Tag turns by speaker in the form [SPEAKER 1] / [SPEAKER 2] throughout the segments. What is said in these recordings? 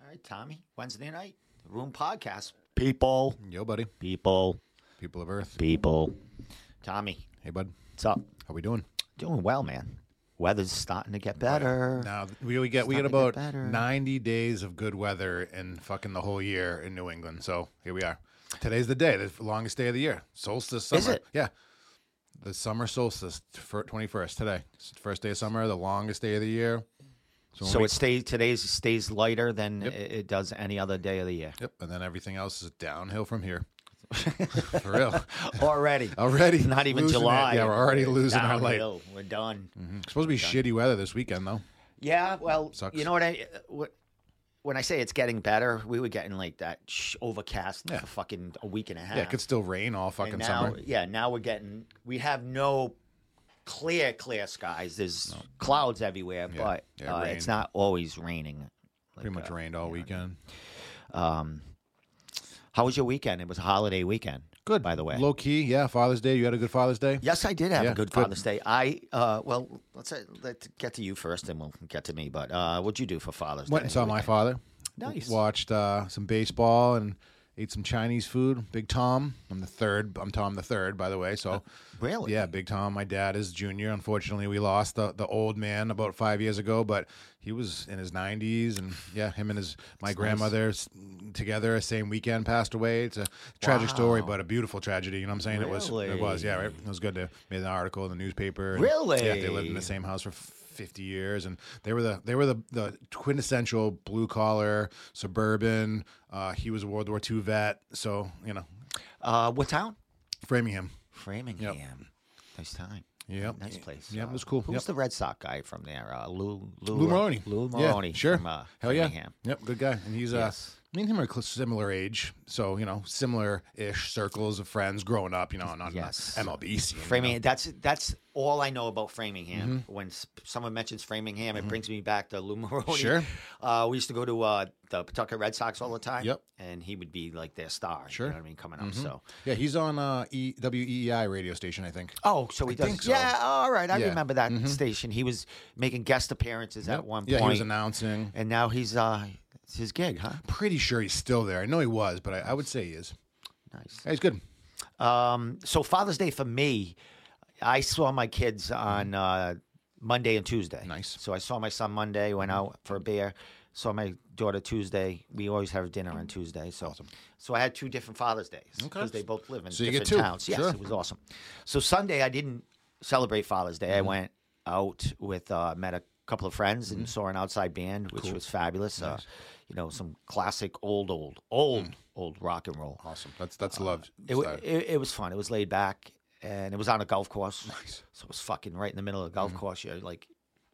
[SPEAKER 1] All right, Tommy. Wednesday night, Room Podcast. People,
[SPEAKER 2] Yo, buddy.
[SPEAKER 1] people,
[SPEAKER 2] People of Earth.
[SPEAKER 1] people. Tommy,
[SPEAKER 2] Hey, bud.
[SPEAKER 1] what's up?
[SPEAKER 2] How we doing?
[SPEAKER 1] Doing well, man. Weather's starting to get better.
[SPEAKER 2] Now we, we get we get
[SPEAKER 1] starting to get
[SPEAKER 2] about
[SPEAKER 1] better.
[SPEAKER 2] ninety days of good weather in fucking the whole year in New England. So here we are. Today's the day, the longest day of the year, solstice summer.
[SPEAKER 1] Is it?
[SPEAKER 2] Yeah, the summer solstice, twenty first today, It's the first day of summer, the longest day of the year. when
[SPEAKER 1] so
[SPEAKER 2] we-
[SPEAKER 1] it stays today's stays lighter than i it does any other day of the year.
[SPEAKER 2] Yep, and then everything else is downhill from here. For real,
[SPEAKER 1] Already.
[SPEAKER 2] already.
[SPEAKER 1] Not even
[SPEAKER 2] losing it.
[SPEAKER 1] July.
[SPEAKER 2] Yeah, we're already
[SPEAKER 1] It's
[SPEAKER 2] losing our light.
[SPEAKER 1] downhill.
[SPEAKER 2] Mm.
[SPEAKER 1] We're done.
[SPEAKER 2] It's supposed to be shitty weather this weekend though.
[SPEAKER 1] Yeah, well,
[SPEAKER 2] Sucks.
[SPEAKER 1] you know what I what, when I say it's getting better, we were getting like that sh- overcast
[SPEAKER 2] Yeah.
[SPEAKER 1] for fucking a week and a half.
[SPEAKER 2] Yeah, it could still rain all fucking
[SPEAKER 1] and now,
[SPEAKER 2] summer.
[SPEAKER 1] yeah, now we're getting we have no clear clear skies. There's clouds everywhere,
[SPEAKER 2] Yeah.
[SPEAKER 1] but
[SPEAKER 2] Yeah,
[SPEAKER 1] uh,
[SPEAKER 2] rain.
[SPEAKER 1] it's not always raining.
[SPEAKER 2] Pretty
[SPEAKER 1] uh,
[SPEAKER 2] much rained all weekend.
[SPEAKER 1] uh, How was your weekend? It was a holiday weekend. Good, by the way.
[SPEAKER 2] Low key, yeah. Father's Day. You had a good Father's Day.
[SPEAKER 1] Yes, I did have
[SPEAKER 2] Yeah,
[SPEAKER 1] a good
[SPEAKER 2] good.
[SPEAKER 1] Father's Day. I uh, well, let's say, let's get to you first, and we'll get to me. But uh, what'd you do for Father's
[SPEAKER 2] Went
[SPEAKER 1] Day?
[SPEAKER 2] and saw my father.
[SPEAKER 1] Nice.
[SPEAKER 2] Watched uh, some baseball and ate some Chinese food. Big Tom. I'm the third. I'm Tom the third, by the way. So,
[SPEAKER 1] Uh, really?
[SPEAKER 2] yeah, Big Tom. My dad is junior. Unfortunately, we lost the, the old man about five years ago, but he was in his 90s, and yeah, him and his my grandmother s together same weekend passed away. It's a tragic story, but a beautiful tragedy. You know what I'm saying? It was. It was. Yeah, right. It was good to made an article in the newspaper. and-
[SPEAKER 1] Really?
[SPEAKER 2] Yeah, they lived in the same house for 50 years and they were the they were the, the quintessential blue collar suburban uh, he was a world war ii vet so you know
[SPEAKER 1] Uh, what town?
[SPEAKER 2] framingham
[SPEAKER 1] Framingham. Nice time.
[SPEAKER 2] Yep.
[SPEAKER 1] Nice place.
[SPEAKER 2] Yep,
[SPEAKER 1] Uh,
[SPEAKER 2] it was cool.
[SPEAKER 1] Who's
[SPEAKER 2] Yep.
[SPEAKER 1] the Red Sox guy from there? Uh, Lou, Lou,
[SPEAKER 2] Lou Maroney.
[SPEAKER 1] Lou
[SPEAKER 2] Yeah,
[SPEAKER 1] Maroney.
[SPEAKER 2] sure.
[SPEAKER 1] From, uh,
[SPEAKER 2] Hell yeah.
[SPEAKER 1] Framingham.
[SPEAKER 2] Yep, good guy. And he's
[SPEAKER 1] Yes.
[SPEAKER 2] uh me and him are cl- similar age, so you know, similar ish circles of friends growing up, you know, not
[SPEAKER 1] Yes.
[SPEAKER 2] yes. MLB scene. you
[SPEAKER 1] Framingham. That's that's all I know about Framingham.
[SPEAKER 2] Mm-hmm.
[SPEAKER 1] When s- someone mentions Framingham, it brings me back to Lou Maroney.
[SPEAKER 2] Sure.
[SPEAKER 1] Uh, we used to go to uh, the Pawtucket Red Sox all the time.
[SPEAKER 2] Yep.
[SPEAKER 1] And he would be like their star.
[SPEAKER 2] Sure. Mm-hmm.
[SPEAKER 1] You know what I mean? Coming up. So.
[SPEAKER 2] know. Yeah, he's on uh e- WEEI radio station, I think.
[SPEAKER 1] Oh, so he does.
[SPEAKER 2] think so.
[SPEAKER 1] Yeah. All right. I
[SPEAKER 2] Yeah. Mm-hmm.
[SPEAKER 1] remember that station. He was making guest appearances at one
[SPEAKER 2] yeah,
[SPEAKER 1] point.
[SPEAKER 2] he was announcing.
[SPEAKER 1] and now he's uh, it's his gig, huh?
[SPEAKER 2] Pretty sure he's still there. I know he was, but I, I would say he is.
[SPEAKER 1] Nice.
[SPEAKER 2] Yeah, he's good.
[SPEAKER 1] Um, so Father's Day for me, I saw my kids on uh, Monday and Tuesday.
[SPEAKER 2] Mm-hmm. Nice. Mm-hmm.
[SPEAKER 1] So I saw my son Monday, went out for a beer. Saw my daughter Tuesday. We always have dinner on
[SPEAKER 2] Mm-hmm.
[SPEAKER 1] Tuesday. So, so I had two different Father's Days because they both live in
[SPEAKER 2] So you get
[SPEAKER 1] different
[SPEAKER 2] two.
[SPEAKER 1] towns. Yes,
[SPEAKER 2] Sure.
[SPEAKER 1] it was awesome. So Sunday I didn't celebrate Father's Day. I
[SPEAKER 2] Mm-hmm.
[SPEAKER 1] went out with uh, met a couple of friends
[SPEAKER 2] Mm-hmm.
[SPEAKER 1] and saw an outside band, which was fabulous. Uh, you know, some classic old, old, old,
[SPEAKER 2] Mm.
[SPEAKER 1] old rock and roll.
[SPEAKER 2] Awesome. That's that's love.
[SPEAKER 1] Uh, It, wa-
[SPEAKER 2] style.
[SPEAKER 1] it, it was fun. It was laid back, and it was on a golf course. So it was fucking right in the middle of the golf course. You're like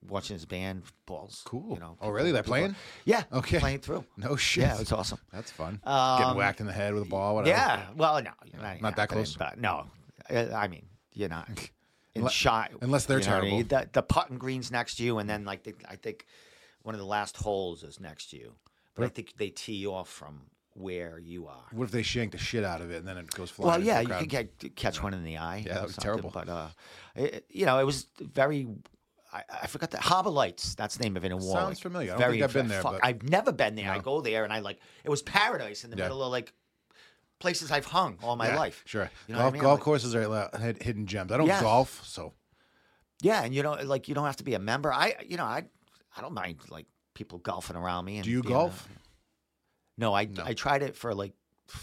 [SPEAKER 1] watching his band balls.
[SPEAKER 2] Mm-hmm. Cool.
[SPEAKER 1] You know.
[SPEAKER 2] Oh, really? They're playing?
[SPEAKER 1] Yeah.
[SPEAKER 2] Okay.
[SPEAKER 1] Playing through.
[SPEAKER 2] No shit.
[SPEAKER 1] Yeah, it's awesome.
[SPEAKER 2] That's fun.
[SPEAKER 1] Um,
[SPEAKER 2] Getting whacked in the head with a ball, whatever.
[SPEAKER 1] Yeah. Well, no, you're not,
[SPEAKER 2] uh, Not that close.
[SPEAKER 1] But no, Uh, I mean, you're not in
[SPEAKER 2] Unle-
[SPEAKER 1] shot
[SPEAKER 2] unless they're
[SPEAKER 1] you know what I mean?
[SPEAKER 2] terrible.
[SPEAKER 1] The, the putting green's next to you, and then like the, I think one of the last holes is next to you, but I think they tee you off from where you are.
[SPEAKER 2] What if they shank the shit out of it and then it goes flying?
[SPEAKER 1] Well,
[SPEAKER 2] into
[SPEAKER 1] yeah,
[SPEAKER 2] the
[SPEAKER 1] you
[SPEAKER 2] crowd?
[SPEAKER 1] could get, catch one in the eye.
[SPEAKER 2] Yeah,
[SPEAKER 1] or
[SPEAKER 2] that was
[SPEAKER 1] something,
[SPEAKER 2] terrible.
[SPEAKER 1] But uh, it, you know, it was very. I, I forgot that Harbor Lights. That's the name of it in Warwick.
[SPEAKER 2] Sounds familiar. I don't think I've been there, but-
[SPEAKER 1] I've never been there. I go there and I like it was paradise in the
[SPEAKER 2] Yeah.
[SPEAKER 1] middle of like places I've hung all my
[SPEAKER 2] Yeah,
[SPEAKER 1] life.
[SPEAKER 2] Sure.
[SPEAKER 1] You know
[SPEAKER 2] golf
[SPEAKER 1] what I mean?
[SPEAKER 2] golf
[SPEAKER 1] Like-
[SPEAKER 2] courses are like hid- hidden gems. I don't
[SPEAKER 1] Yeah.
[SPEAKER 2] golf, so
[SPEAKER 1] Yeah, and you don't like you don't have to be a member. I you know I I don't mind like people golfing around me. And
[SPEAKER 2] do you
[SPEAKER 1] being a-
[SPEAKER 2] golf?
[SPEAKER 1] No, I I tried it for like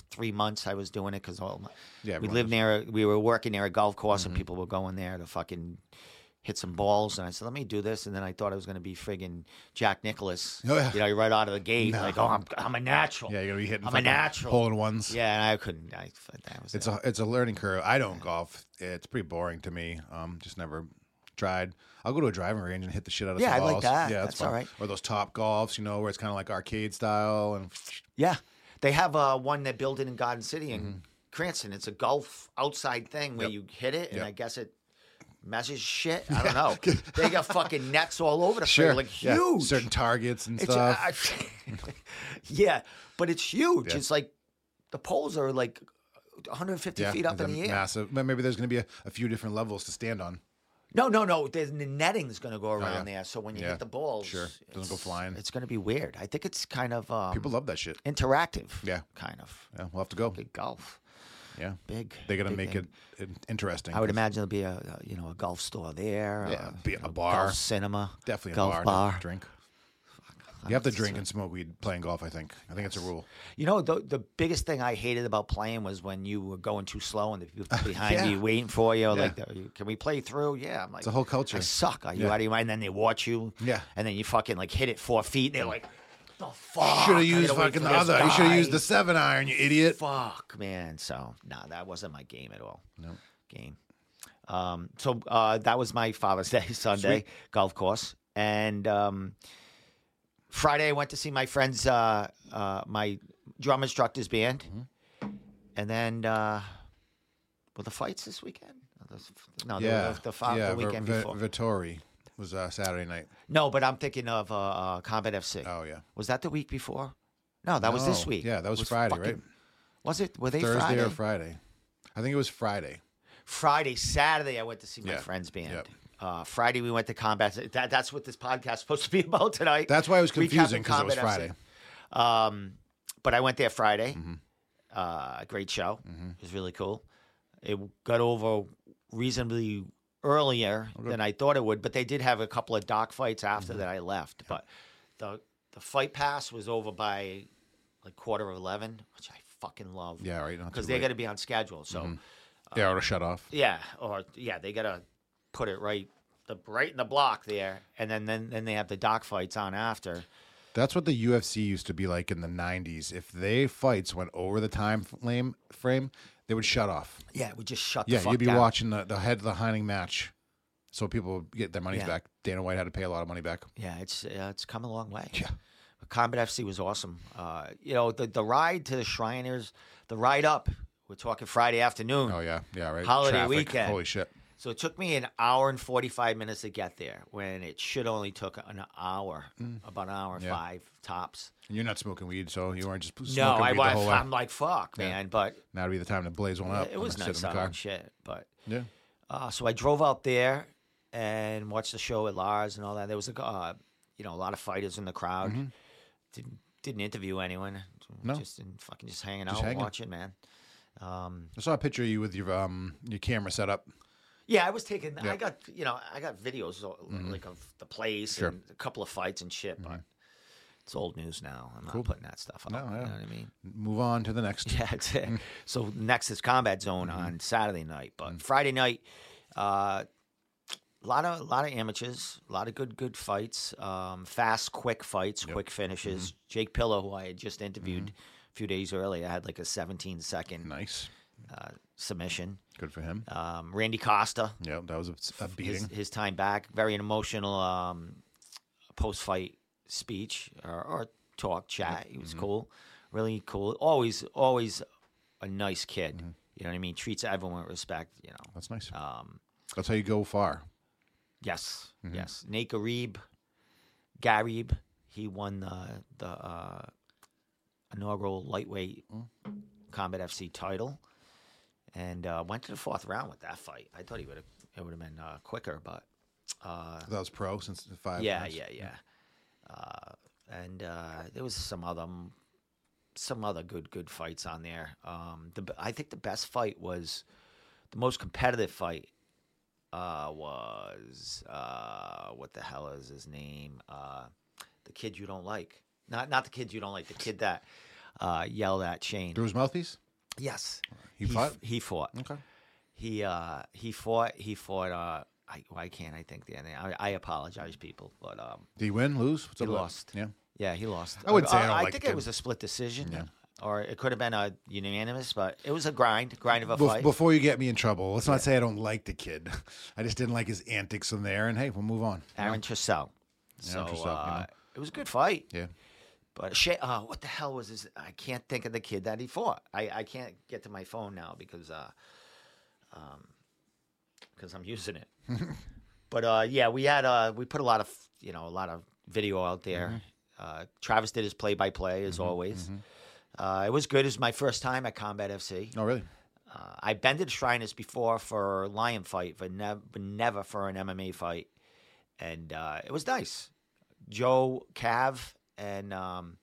[SPEAKER 1] three months. I was doing it because all my,
[SPEAKER 2] Yeah,
[SPEAKER 1] we
[SPEAKER 2] everyone Mm-hmm.
[SPEAKER 1] lived near a, we were working near a golf course and people were going there to fucking hit some balls and I said let me do this and then I thought I was gonna be friggin' Jack Nicholas.
[SPEAKER 2] Oh, yeah.
[SPEAKER 1] You know, you're right out of the gate like oh I'm I'm a natural.
[SPEAKER 2] Yeah, you're gonna be hitting
[SPEAKER 1] I'm a
[SPEAKER 2] fucking
[SPEAKER 1] natural.
[SPEAKER 2] hole in ones.
[SPEAKER 1] Yeah, and I couldn't. I that was
[SPEAKER 2] It's
[SPEAKER 1] it.
[SPEAKER 2] a it's a learning curve. I don't golf. It's pretty boring to me. Um, just never tried. I'll go to a driving range and hit the shit out of
[SPEAKER 1] Yeah, I
[SPEAKER 2] some
[SPEAKER 1] like
[SPEAKER 2] balls.
[SPEAKER 1] that.
[SPEAKER 2] Yeah,
[SPEAKER 1] That's
[SPEAKER 2] fun.
[SPEAKER 1] all right.
[SPEAKER 2] Or those top golfs, you know, where it's kind of like arcade style and
[SPEAKER 1] yeah. They have uh, one that built it in Garden City in Cranston. It's a golf outside thing where you hit it and
[SPEAKER 2] Mm-hmm. Yep.
[SPEAKER 1] I guess it measures shit. I don't know. they got fucking nets all over the place, like
[SPEAKER 2] yeah,
[SPEAKER 1] huge.
[SPEAKER 2] certain targets and
[SPEAKER 1] It's, uh,
[SPEAKER 2] stuff.
[SPEAKER 1] I- I- yeah, but it's huge.
[SPEAKER 2] uh, Yeah.
[SPEAKER 1] It's like the poles are like 150 feet up
[SPEAKER 2] they're
[SPEAKER 1] in the air.
[SPEAKER 2] Massive. But maybe there's going to be a, a few different levels to stand on.
[SPEAKER 1] No, no, no. There's, the netting's going to go around
[SPEAKER 2] Oh, yeah.
[SPEAKER 1] there, so when you
[SPEAKER 2] Yeah.
[SPEAKER 1] hit the balls,
[SPEAKER 2] Sure. Doesn't go
[SPEAKER 1] it's-
[SPEAKER 2] flying.
[SPEAKER 1] It's going to be weird. I think it's kind of um,
[SPEAKER 2] People love that shit.
[SPEAKER 1] interactive.
[SPEAKER 2] Yeah.
[SPEAKER 1] kind of.
[SPEAKER 2] Yeah, we'll have to go.
[SPEAKER 1] Good golf,
[SPEAKER 2] Yeah,
[SPEAKER 1] big.
[SPEAKER 2] they're going
[SPEAKER 1] big
[SPEAKER 2] to make
[SPEAKER 1] thing.
[SPEAKER 2] it in- interesting.
[SPEAKER 1] I would imagine there'll be a uh, you know a golf store there.
[SPEAKER 2] Yeah,
[SPEAKER 1] uh,
[SPEAKER 2] be
[SPEAKER 1] you
[SPEAKER 2] a
[SPEAKER 1] know,
[SPEAKER 2] bar.
[SPEAKER 1] golf cinema,
[SPEAKER 2] Definitely
[SPEAKER 1] golf
[SPEAKER 2] a bar,
[SPEAKER 1] bar.
[SPEAKER 2] To drink. You have to drink and smoke weed playing golf. I think. I think it's a rule.
[SPEAKER 1] You know, the the biggest thing I hated about playing was when you were going too slow and the people behind
[SPEAKER 2] Yeah.
[SPEAKER 1] you waiting for you,
[SPEAKER 2] Yeah.
[SPEAKER 1] like, can we play through? Yeah, I'm like, it's
[SPEAKER 2] a whole culture.
[SPEAKER 1] I suck. Are you
[SPEAKER 2] Yeah.
[SPEAKER 1] out of your mind? And then they watch you.
[SPEAKER 2] Yeah.
[SPEAKER 1] and then you fucking like hit it four feet. And they're like, the fuck.
[SPEAKER 2] Should have
[SPEAKER 1] I
[SPEAKER 2] used
[SPEAKER 1] gotta wait
[SPEAKER 2] fucking
[SPEAKER 1] for
[SPEAKER 2] the
[SPEAKER 1] this
[SPEAKER 2] other. You should have used
[SPEAKER 1] guy."
[SPEAKER 2] the seven iron. You idiot.
[SPEAKER 1] Fuck, man. So nah, that wasn't my game at all.
[SPEAKER 2] No.
[SPEAKER 1] game. Um, so uh, that was my Father's Day Sunday golf course, and um, Friday I went to see my friends, uh, uh, my drum instructor's band,
[SPEAKER 2] Mm-hmm.
[SPEAKER 1] and then uh, were the fights this weekend? No, the- No,
[SPEAKER 2] Yeah.
[SPEAKER 1] the, the, fa-
[SPEAKER 2] yeah.
[SPEAKER 1] the weekend
[SPEAKER 2] Vi- Vi-
[SPEAKER 1] before.
[SPEAKER 2] Vittori was uh, Saturday night.
[SPEAKER 1] no, but I'm thinking of uh, uh, Combat FC.
[SPEAKER 2] Oh yeah.
[SPEAKER 1] Was that the week before? No, that was this
[SPEAKER 2] No.
[SPEAKER 1] week.
[SPEAKER 2] Yeah, that was Friday, right?
[SPEAKER 1] Was it? Were they
[SPEAKER 2] Thursday
[SPEAKER 1] Friday?
[SPEAKER 2] or Friday? I think it was Friday.
[SPEAKER 1] Friday, Saturday, I went to see my
[SPEAKER 2] Yeah.
[SPEAKER 1] friend's band.
[SPEAKER 2] Yep.
[SPEAKER 1] Uh, Friday, we went to combat. That, that's what this podcast is supposed to be about tonight.
[SPEAKER 2] That's why it was
[SPEAKER 1] Recapping
[SPEAKER 2] confusing because it was
[SPEAKER 1] Combat
[SPEAKER 2] Friday.
[SPEAKER 1] FC. Um, but I went there Friday.
[SPEAKER 2] Mm-hmm.
[SPEAKER 1] Uh, great show. It was really cool. It got over reasonably earlier than I thought it would, but they did have a couple of dock fights
[SPEAKER 2] Mm-hmm.
[SPEAKER 1] after that I left. But the the fight pass was over by like quarter of eleven, which I fucking love.
[SPEAKER 2] Yeah, right. Not
[SPEAKER 1] because
[SPEAKER 2] too
[SPEAKER 1] they
[SPEAKER 2] late. Mm-hmm.
[SPEAKER 1] got to be on schedule. So.
[SPEAKER 2] Yeah, or shut off.
[SPEAKER 1] Yeah, or yeah, they gotta put it right, the right in the block there, and then then, then they have the dock fights on after.
[SPEAKER 2] That's what the UFC used to be like in the '90s. If they fights went over the time frame, frame they would shut off.
[SPEAKER 1] Yeah, we just shut.
[SPEAKER 2] Yeah,
[SPEAKER 1] the fuck
[SPEAKER 2] you'd be
[SPEAKER 1] down.
[SPEAKER 2] watching the, the head the Heining match, so people would get their money
[SPEAKER 1] Yeah.
[SPEAKER 2] back. Dana White had to pay a lot of money back.
[SPEAKER 1] Yeah, it's uh, it's come a long way.
[SPEAKER 2] Yeah.
[SPEAKER 1] But Combat FC was awesome. Uh, you know, the the ride to the Shriners, the ride up. We're talking Friday afternoon.
[SPEAKER 2] Oh yeah, yeah, right.
[SPEAKER 1] Holiday weekend.
[SPEAKER 2] Holy shit.
[SPEAKER 1] So it took me an hour and 45 minutes to get there when it should only took an hour, about an hour and
[SPEAKER 2] Mm. Yeah.
[SPEAKER 1] five tops.
[SPEAKER 2] And you're not smoking weed, so you weren't just smoking
[SPEAKER 1] No, I,
[SPEAKER 2] weed the whole
[SPEAKER 1] I,
[SPEAKER 2] way.
[SPEAKER 1] I'm like, fuck,
[SPEAKER 2] Yeah.
[SPEAKER 1] man. But
[SPEAKER 2] Now would be the time to blaze one up.
[SPEAKER 1] it was
[SPEAKER 2] and sit
[SPEAKER 1] nice
[SPEAKER 2] in the
[SPEAKER 1] out
[SPEAKER 2] car.
[SPEAKER 1] and shit. But
[SPEAKER 2] Yeah.
[SPEAKER 1] Uh, so I drove out there and watched the show at Lars and all that. There was a g- uh, you know a lot of fighters in the crowd. Didn't didn't interview anyone.
[SPEAKER 2] Mm-hmm. No.
[SPEAKER 1] just in, fucking just hanging
[SPEAKER 2] Just
[SPEAKER 1] out,
[SPEAKER 2] hanging.
[SPEAKER 1] watching, man. Um,
[SPEAKER 2] I saw a picture of you with your um your camera set up.
[SPEAKER 1] yeah, I was taking.
[SPEAKER 2] Yeah. Mm-hmm.
[SPEAKER 1] I got you know I got videos o- like of the place
[SPEAKER 2] Sure.
[SPEAKER 1] and a couple of fights and shit, but it's old news now. I'm not putting that stuff up.
[SPEAKER 2] No,
[SPEAKER 1] You
[SPEAKER 2] yeah.
[SPEAKER 1] know what I mean?
[SPEAKER 2] Move on to the next.
[SPEAKER 1] Yeah, that's it. So next is Combat Zone on Saturday night, but Friday night, a uh, lot of lot of amateurs, a lot of good good fights, um, fast, quick fights, quick finishes. Jake Pillow, who I had just interviewed a few days earlier, had like a 17 second
[SPEAKER 2] Nice.
[SPEAKER 1] uh, submission.
[SPEAKER 2] Good for him.
[SPEAKER 1] Um, Randy Costa,
[SPEAKER 2] yeah, that was a, a
[SPEAKER 1] his,
[SPEAKER 2] beating.
[SPEAKER 1] his time back, very emotional um, post fight speech or, or talk chat. He was cool, really cool. Always, always a nice kid. You know what I mean? Treats everyone with respect. You know.
[SPEAKER 2] That's nice.
[SPEAKER 1] Um,
[SPEAKER 2] That's how you go far.
[SPEAKER 1] yes, yes. Nate Garib, Garib, he won the the uh, inaugural lightweight combat FC title. And uh, went to the fourth round with that fight. I thought he would have it would have been uh, quicker, but uh,
[SPEAKER 2] That was pro since the five.
[SPEAKER 1] yeah,
[SPEAKER 2] rounds.
[SPEAKER 1] yeah, yeah. Uh, and uh, there was some other m- some other good good fights on there. Um, the b- I think the best fight was the most competitive fight uh, was uh, what the hell is his name? Uh, the kid you don't like. Not not the kid you don't like. The kid that uh, yelled at Shane.
[SPEAKER 2] Through his mouthpiece.
[SPEAKER 1] Yes,
[SPEAKER 2] He
[SPEAKER 1] f-
[SPEAKER 2] fought?
[SPEAKER 1] he fought
[SPEAKER 2] Okay.
[SPEAKER 1] he uh he fought he fought uh I why can't I think the name? I, I apologize, people, but um
[SPEAKER 2] Did he win? Lose? What's
[SPEAKER 1] He
[SPEAKER 2] up with that?
[SPEAKER 1] lost.
[SPEAKER 2] Yeah.
[SPEAKER 1] yeah, he lost.
[SPEAKER 2] I wouldn't say I
[SPEAKER 1] Uh,
[SPEAKER 2] don't
[SPEAKER 1] I
[SPEAKER 2] like
[SPEAKER 1] think
[SPEAKER 2] the
[SPEAKER 1] it
[SPEAKER 2] kid.
[SPEAKER 1] was a split decision, or it could have been a unanimous, but it was a grind, grind of a
[SPEAKER 2] Bef-
[SPEAKER 1] fight.
[SPEAKER 2] Before you get me in trouble, let's not say I don't like the kid. I just didn't like his antics in there. And hey, we'll move on.
[SPEAKER 1] Aaron Trussell. So
[SPEAKER 2] Trussell, you
[SPEAKER 1] uh,
[SPEAKER 2] know.
[SPEAKER 1] it was a good fight,
[SPEAKER 2] Yeah.
[SPEAKER 1] but shit, uh, what the hell was his? I can't think of the kid that he fought. I I can't get to my phone now because uh um because I'm using it. But uh, yeah, we had uh, we put a lot of
[SPEAKER 2] Mm-hmm.
[SPEAKER 1] you know a lot of video out there. Uh, Travis did his play by play as always. Uh, it was good. It was my first time at Combat FC.
[SPEAKER 2] Oh, really?
[SPEAKER 1] Uh, I've been to the Shriners before for a lion fight, but, nev- but never for an MMA fight. And uh, it was nice. Joe Cav and um,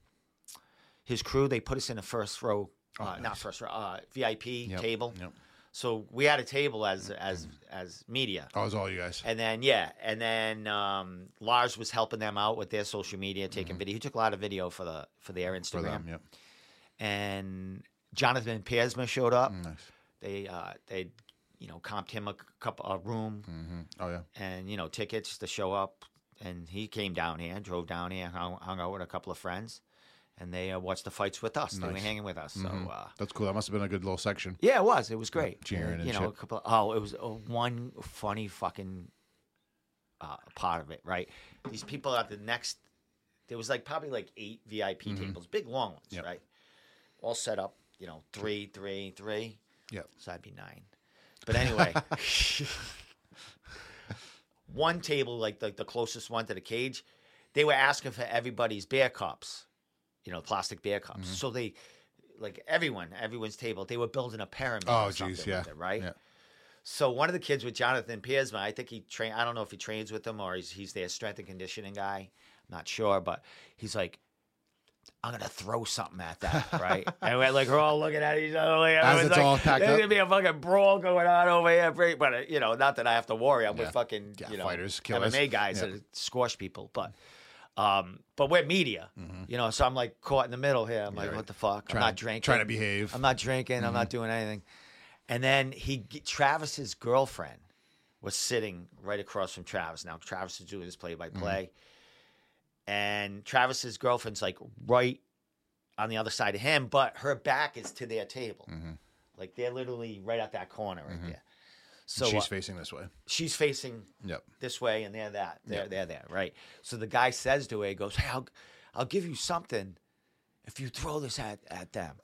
[SPEAKER 1] his crew, they put us in the first row, uh, not first row, uh, VIP
[SPEAKER 2] Oh, Yep,
[SPEAKER 1] table.
[SPEAKER 2] Yep. Mm-hmm.
[SPEAKER 1] So we had a table as as as media.
[SPEAKER 2] Oh, it was all you guys.
[SPEAKER 1] And then yeah, and then um, Lars was helping them out with their social media, taking video. He took a lot of video for the for their Instagram.
[SPEAKER 2] Mm-hmm. For them, yep.
[SPEAKER 1] And Jonathan Piersma showed up.
[SPEAKER 2] Mm, Nice.
[SPEAKER 1] They uh, they you know comped him a c- cup a room
[SPEAKER 2] hmm Oh, yeah.
[SPEAKER 1] and you know tickets to show up. And he came down here, drove down here, hung, hung out with a couple of friends, and they uh, watched the fights with us. They were
[SPEAKER 2] Nice. Mm-hmm.
[SPEAKER 1] hanging with us. So uh,
[SPEAKER 2] That's cool. That must have been a good little section.
[SPEAKER 1] yeah, it was. It was great.
[SPEAKER 2] cheering
[SPEAKER 1] And,
[SPEAKER 2] and
[SPEAKER 1] you know,
[SPEAKER 2] shit.
[SPEAKER 1] a couple. oh, it was uh, one funny fucking uh, part of it, right? These people at the next. There was like probably like eight VIP tables, big long ones,
[SPEAKER 2] Mm-hmm. Yep.
[SPEAKER 1] right? All set up, you know, three, three, three.
[SPEAKER 2] Yeah.
[SPEAKER 1] So that'd be nine. But anyway, one table, like the, the closest one to the cage, they were asking for everybody's beer cups, you know, plastic beer cups.
[SPEAKER 2] Mm-hmm.
[SPEAKER 1] So they, like everyone, everyone's table, they were building a pyramid. or
[SPEAKER 2] Oh,
[SPEAKER 1] something
[SPEAKER 2] jeez.
[SPEAKER 1] with
[SPEAKER 2] Yeah.
[SPEAKER 1] it, right?
[SPEAKER 2] Yeah.
[SPEAKER 1] So one of the kids with Jonathan Piersma, I think he train. I don't know if he trains with them or he's he's their strength and conditioning guy. I'm not sure, but he's like, I'm gonna throw something at that, right? and we're like, we're all looking at each other. Like,
[SPEAKER 2] As
[SPEAKER 1] everyone's
[SPEAKER 2] it's
[SPEAKER 1] like,
[SPEAKER 2] all packed
[SPEAKER 1] There's
[SPEAKER 2] up."
[SPEAKER 1] gonna be a fucking brawl going on over here, pretty- but uh, you know, not that I have to worry. I'm
[SPEAKER 2] Yeah.
[SPEAKER 1] with fucking
[SPEAKER 2] Yeah,
[SPEAKER 1] you know
[SPEAKER 2] fighters, killers.
[SPEAKER 1] MMA guys
[SPEAKER 2] Yeah.
[SPEAKER 1] that squash people, but. Um, but we're media, you know, so I'm like caught in the middle here. I'm like,
[SPEAKER 2] Mm-hmm. right.
[SPEAKER 1] what the fuck?
[SPEAKER 2] Trying-
[SPEAKER 1] I'm not drinking.
[SPEAKER 2] trying to behave.
[SPEAKER 1] I'm not drinking. I'm not doing anything. And then he, g- Travis's girlfriend was sitting right across from Travis. Now Travis is doing this play by play, and Travis's girlfriend's like right on the other side of him, but her back is to their table. Like they're literally right at that corner right there. So
[SPEAKER 2] She's
[SPEAKER 1] uh,
[SPEAKER 2] facing this way.
[SPEAKER 1] she's facing
[SPEAKER 2] Yep.
[SPEAKER 1] this way and they're that. They're, they're there, right? So the guy says to her, he goes, Hey, I'll, I'll give you something if you throw this at, at them.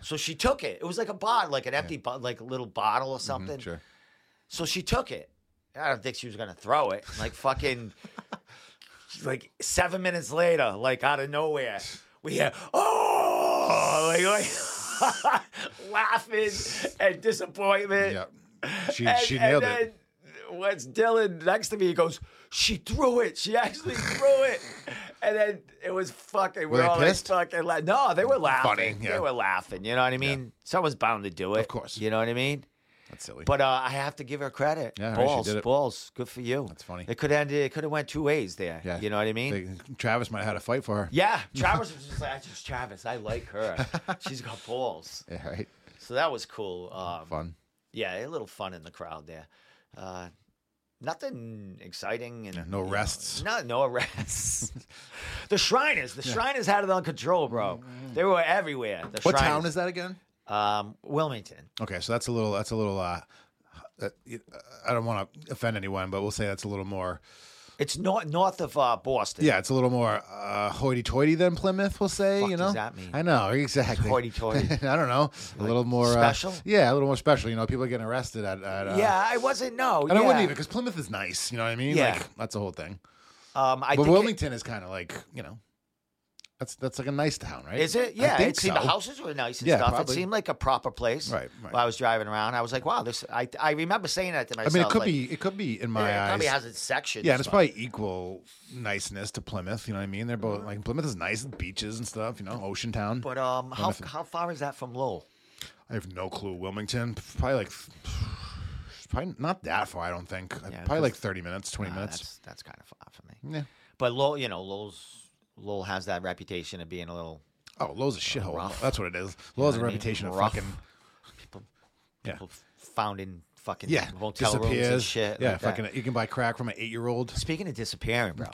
[SPEAKER 1] so she took it. It was like a bottle, like an empty, bo- like a little bottle or something.
[SPEAKER 2] Sure.
[SPEAKER 1] So she took it. I don't think she was going to throw it. Like fucking, like seven minutes later, like out of nowhere, we hear, oh, like, like laughing and disappointment.
[SPEAKER 2] Yep. She,
[SPEAKER 1] And-
[SPEAKER 2] she
[SPEAKER 1] and
[SPEAKER 2] nailed
[SPEAKER 1] then
[SPEAKER 2] it.
[SPEAKER 1] What's Dylan next to me? He goes, "She threw it. She actually threw it." And then it was fucking.
[SPEAKER 2] Were
[SPEAKER 1] we're
[SPEAKER 2] they
[SPEAKER 1] all like
[SPEAKER 2] pissed?
[SPEAKER 1] fucking. La- no, they were laughing.
[SPEAKER 2] yeah.
[SPEAKER 1] They were laughing. You know what I mean? Someone's bound to do it. Of
[SPEAKER 2] course.
[SPEAKER 1] You know what I mean?
[SPEAKER 2] That's silly.
[SPEAKER 1] But uh, I have to give her credit.
[SPEAKER 2] Yeah, right, she
[SPEAKER 1] balls,
[SPEAKER 2] did it.
[SPEAKER 1] balls. Good for you.
[SPEAKER 2] That's funny.
[SPEAKER 1] It could end. It could have went two ways there.
[SPEAKER 2] Yeah.
[SPEAKER 1] You know what I mean?
[SPEAKER 2] They- Travis might have had a fight for her.
[SPEAKER 1] yeah. Travis was just like, "I just Travis. I like her. She's got balls."
[SPEAKER 2] Yeah. Right.
[SPEAKER 1] So that was cool. Um,
[SPEAKER 2] Fun.
[SPEAKER 1] yeah, a little fun in the crowd there. Uh, nothing exciting and
[SPEAKER 2] no
[SPEAKER 1] you know,
[SPEAKER 2] arrests.
[SPEAKER 1] no, no arrests. the Shriners, the Shriners had it on control, bro. They were everywhere. The
[SPEAKER 2] Mm-hmm. What
[SPEAKER 1] Shriners.
[SPEAKER 2] town is that again?
[SPEAKER 1] um Wilmington?
[SPEAKER 2] Okay, so that's a little. That's a little. Uh, uh, I don't want to offend anyone, but we'll say that's a little more.
[SPEAKER 1] It's north north of uh, Boston.
[SPEAKER 2] Yeah, it's a little more uh, hoity-toity than Plymouth. We'll say.
[SPEAKER 1] Fuck
[SPEAKER 2] you know.
[SPEAKER 1] does that mean?
[SPEAKER 2] I know exactly.
[SPEAKER 1] Hoity-toity.
[SPEAKER 2] I don't know. A little more uh,
[SPEAKER 1] special?
[SPEAKER 2] yeah, a little more special. You know, people are getting arrested at. at uh,
[SPEAKER 1] yeah. I wasn't no.
[SPEAKER 2] And
[SPEAKER 1] yeah.
[SPEAKER 2] I wouldn't even because Plymouth is nice. You know what I mean?
[SPEAKER 1] Yeah.
[SPEAKER 2] Like, that's the whole thing.
[SPEAKER 1] Um, I
[SPEAKER 2] but
[SPEAKER 1] think it-
[SPEAKER 2] Wilmington is kind of like you know. That's that's like a nice town, right?
[SPEAKER 1] Is it?
[SPEAKER 2] I
[SPEAKER 1] Yeah,
[SPEAKER 2] think
[SPEAKER 1] it seemed
[SPEAKER 2] so.
[SPEAKER 1] the houses were nice and
[SPEAKER 2] Yeah,
[SPEAKER 1] stuff.
[SPEAKER 2] probably.
[SPEAKER 1] It seemed like a proper place.
[SPEAKER 2] Right, right.
[SPEAKER 1] While I was driving around, I was like, "Wow, this." I I remember saying that to
[SPEAKER 2] I
[SPEAKER 1] myself.
[SPEAKER 2] mean, it could
[SPEAKER 1] like,
[SPEAKER 2] be. It could be in my
[SPEAKER 1] yeah, It
[SPEAKER 2] eyes.
[SPEAKER 1] probably has its sections.
[SPEAKER 2] Yeah, and it's
[SPEAKER 1] but-
[SPEAKER 2] probably equal niceness to Plymouth. You know what I mean? They're both like Plymouth is nice, beaches and stuff. You know, ocean town.
[SPEAKER 1] Mm-hmm. But um, how
[SPEAKER 2] Plymouth.
[SPEAKER 1] how far is that from Lowell?
[SPEAKER 2] I have no clue. Wilmington, probably like, probably not that far. I don't think. probably
[SPEAKER 1] 'cause-
[SPEAKER 2] like thirty minutes, twenty
[SPEAKER 1] Uh,
[SPEAKER 2] minutes.
[SPEAKER 1] that's that's kind of far for me.
[SPEAKER 2] Yeah.
[SPEAKER 1] But Lowell, you know, Lowell's Lowell has that reputation of being a little
[SPEAKER 2] Oh, Lowell's a shithole.
[SPEAKER 1] rough.
[SPEAKER 2] That's what it is. Lowell's
[SPEAKER 1] know
[SPEAKER 2] a
[SPEAKER 1] what I mean?
[SPEAKER 2] reputation of
[SPEAKER 1] Rough.
[SPEAKER 2] fucking.
[SPEAKER 1] people
[SPEAKER 2] Yeah.
[SPEAKER 1] people found in fucking
[SPEAKER 2] Yeah,
[SPEAKER 1] hotel rooms and
[SPEAKER 2] disappears.
[SPEAKER 1] shit.
[SPEAKER 2] yeah,
[SPEAKER 1] like that.
[SPEAKER 2] fucking. You can buy crack from an eight-year-old.
[SPEAKER 1] Speaking of disappearing, bro,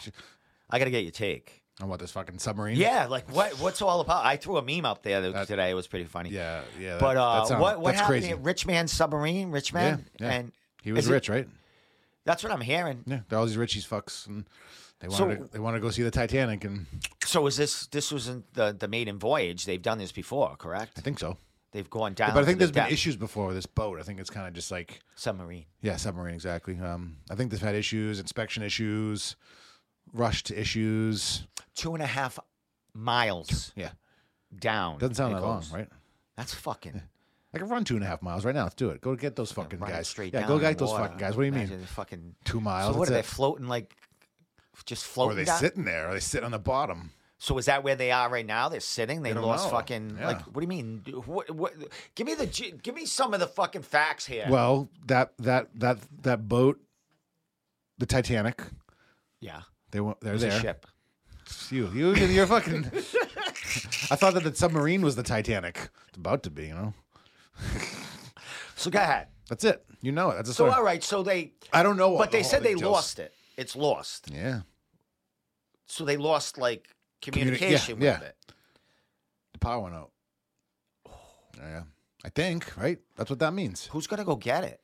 [SPEAKER 1] I gotta get your take.
[SPEAKER 2] I want this fucking submarine.
[SPEAKER 1] Yeah, like what what's all about? I threw a meme up there that,
[SPEAKER 2] That-
[SPEAKER 1] today. It was pretty funny.
[SPEAKER 2] yeah, yeah.
[SPEAKER 1] But
[SPEAKER 2] that-
[SPEAKER 1] uh,
[SPEAKER 2] that sound-
[SPEAKER 1] what what
[SPEAKER 2] that's
[SPEAKER 1] happened?
[SPEAKER 2] crazy.
[SPEAKER 1] at Rich man submarine, rich
[SPEAKER 2] Yeah,
[SPEAKER 1] man,
[SPEAKER 2] yeah.
[SPEAKER 1] and
[SPEAKER 2] he was
[SPEAKER 1] is it-
[SPEAKER 2] rich, right?
[SPEAKER 1] that's what I'm hearing.
[SPEAKER 2] Yeah, they're all these Richies fucks, and they wanted
[SPEAKER 1] So-
[SPEAKER 2] to, they wanted to go see the Titanic, and
[SPEAKER 1] So is this this wasn't the the maiden voyage? They've done this before, correct?
[SPEAKER 2] I think so.
[SPEAKER 1] They've gone down.
[SPEAKER 2] But I
[SPEAKER 1] to
[SPEAKER 2] think
[SPEAKER 1] the
[SPEAKER 2] there's been
[SPEAKER 1] depth-
[SPEAKER 2] issues before with this boat. I think it's kind of just like
[SPEAKER 1] submarine.
[SPEAKER 2] yeah, submarine exactly. Um, I think they've had issues, inspection issues, rushed issues.
[SPEAKER 1] two and a half miles
[SPEAKER 2] Yeah,
[SPEAKER 1] down.
[SPEAKER 2] Doesn't sound
[SPEAKER 1] it
[SPEAKER 2] that long,
[SPEAKER 1] goes.
[SPEAKER 2] right?
[SPEAKER 1] That's fucking
[SPEAKER 2] I can run two and a half miles right now. Let's do it. Go get those fucking
[SPEAKER 1] running
[SPEAKER 2] guys.
[SPEAKER 1] straight
[SPEAKER 2] yeah,
[SPEAKER 1] down
[SPEAKER 2] go
[SPEAKER 1] in
[SPEAKER 2] get those
[SPEAKER 1] water.
[SPEAKER 2] fucking guys. What do you mean?
[SPEAKER 1] Imagine the fucking
[SPEAKER 2] Two miles,
[SPEAKER 1] So what
[SPEAKER 2] that's
[SPEAKER 1] are they
[SPEAKER 2] it.
[SPEAKER 1] floating like? Just
[SPEAKER 2] Or
[SPEAKER 1] floating.
[SPEAKER 2] are they
[SPEAKER 1] down?
[SPEAKER 2] sitting there? Are they sitting on the bottom?
[SPEAKER 1] So is that where they are right now? They're sitting. They
[SPEAKER 2] don't
[SPEAKER 1] lost
[SPEAKER 2] know.
[SPEAKER 1] fucking.
[SPEAKER 2] Yeah.
[SPEAKER 1] Like, what do you mean? Do- What, what? Give me the. g- Give me some of the fucking facts here.
[SPEAKER 2] Well, that that that that boat, the Titanic.
[SPEAKER 1] yeah,
[SPEAKER 2] They were they're
[SPEAKER 1] it's a
[SPEAKER 2] there.
[SPEAKER 1] ship.
[SPEAKER 2] You you you're fucking. I thought that the submarine was the Titanic. It's about to be, you know.
[SPEAKER 1] So go ahead.
[SPEAKER 2] That's it. You know it. That's a
[SPEAKER 1] So
[SPEAKER 2] story.
[SPEAKER 1] all right. So they.
[SPEAKER 2] I don't know. all
[SPEAKER 1] But they
[SPEAKER 2] the
[SPEAKER 1] said
[SPEAKER 2] whole
[SPEAKER 1] they
[SPEAKER 2] details.
[SPEAKER 1] lost it. It's lost.
[SPEAKER 2] Yeah.
[SPEAKER 1] So they lost like
[SPEAKER 2] yeah,
[SPEAKER 1] communication with
[SPEAKER 2] yeah.
[SPEAKER 1] it.
[SPEAKER 2] The power went out.
[SPEAKER 1] Oh.
[SPEAKER 2] Yeah. I think, right? That's what that means.
[SPEAKER 1] Who's gonna go get it?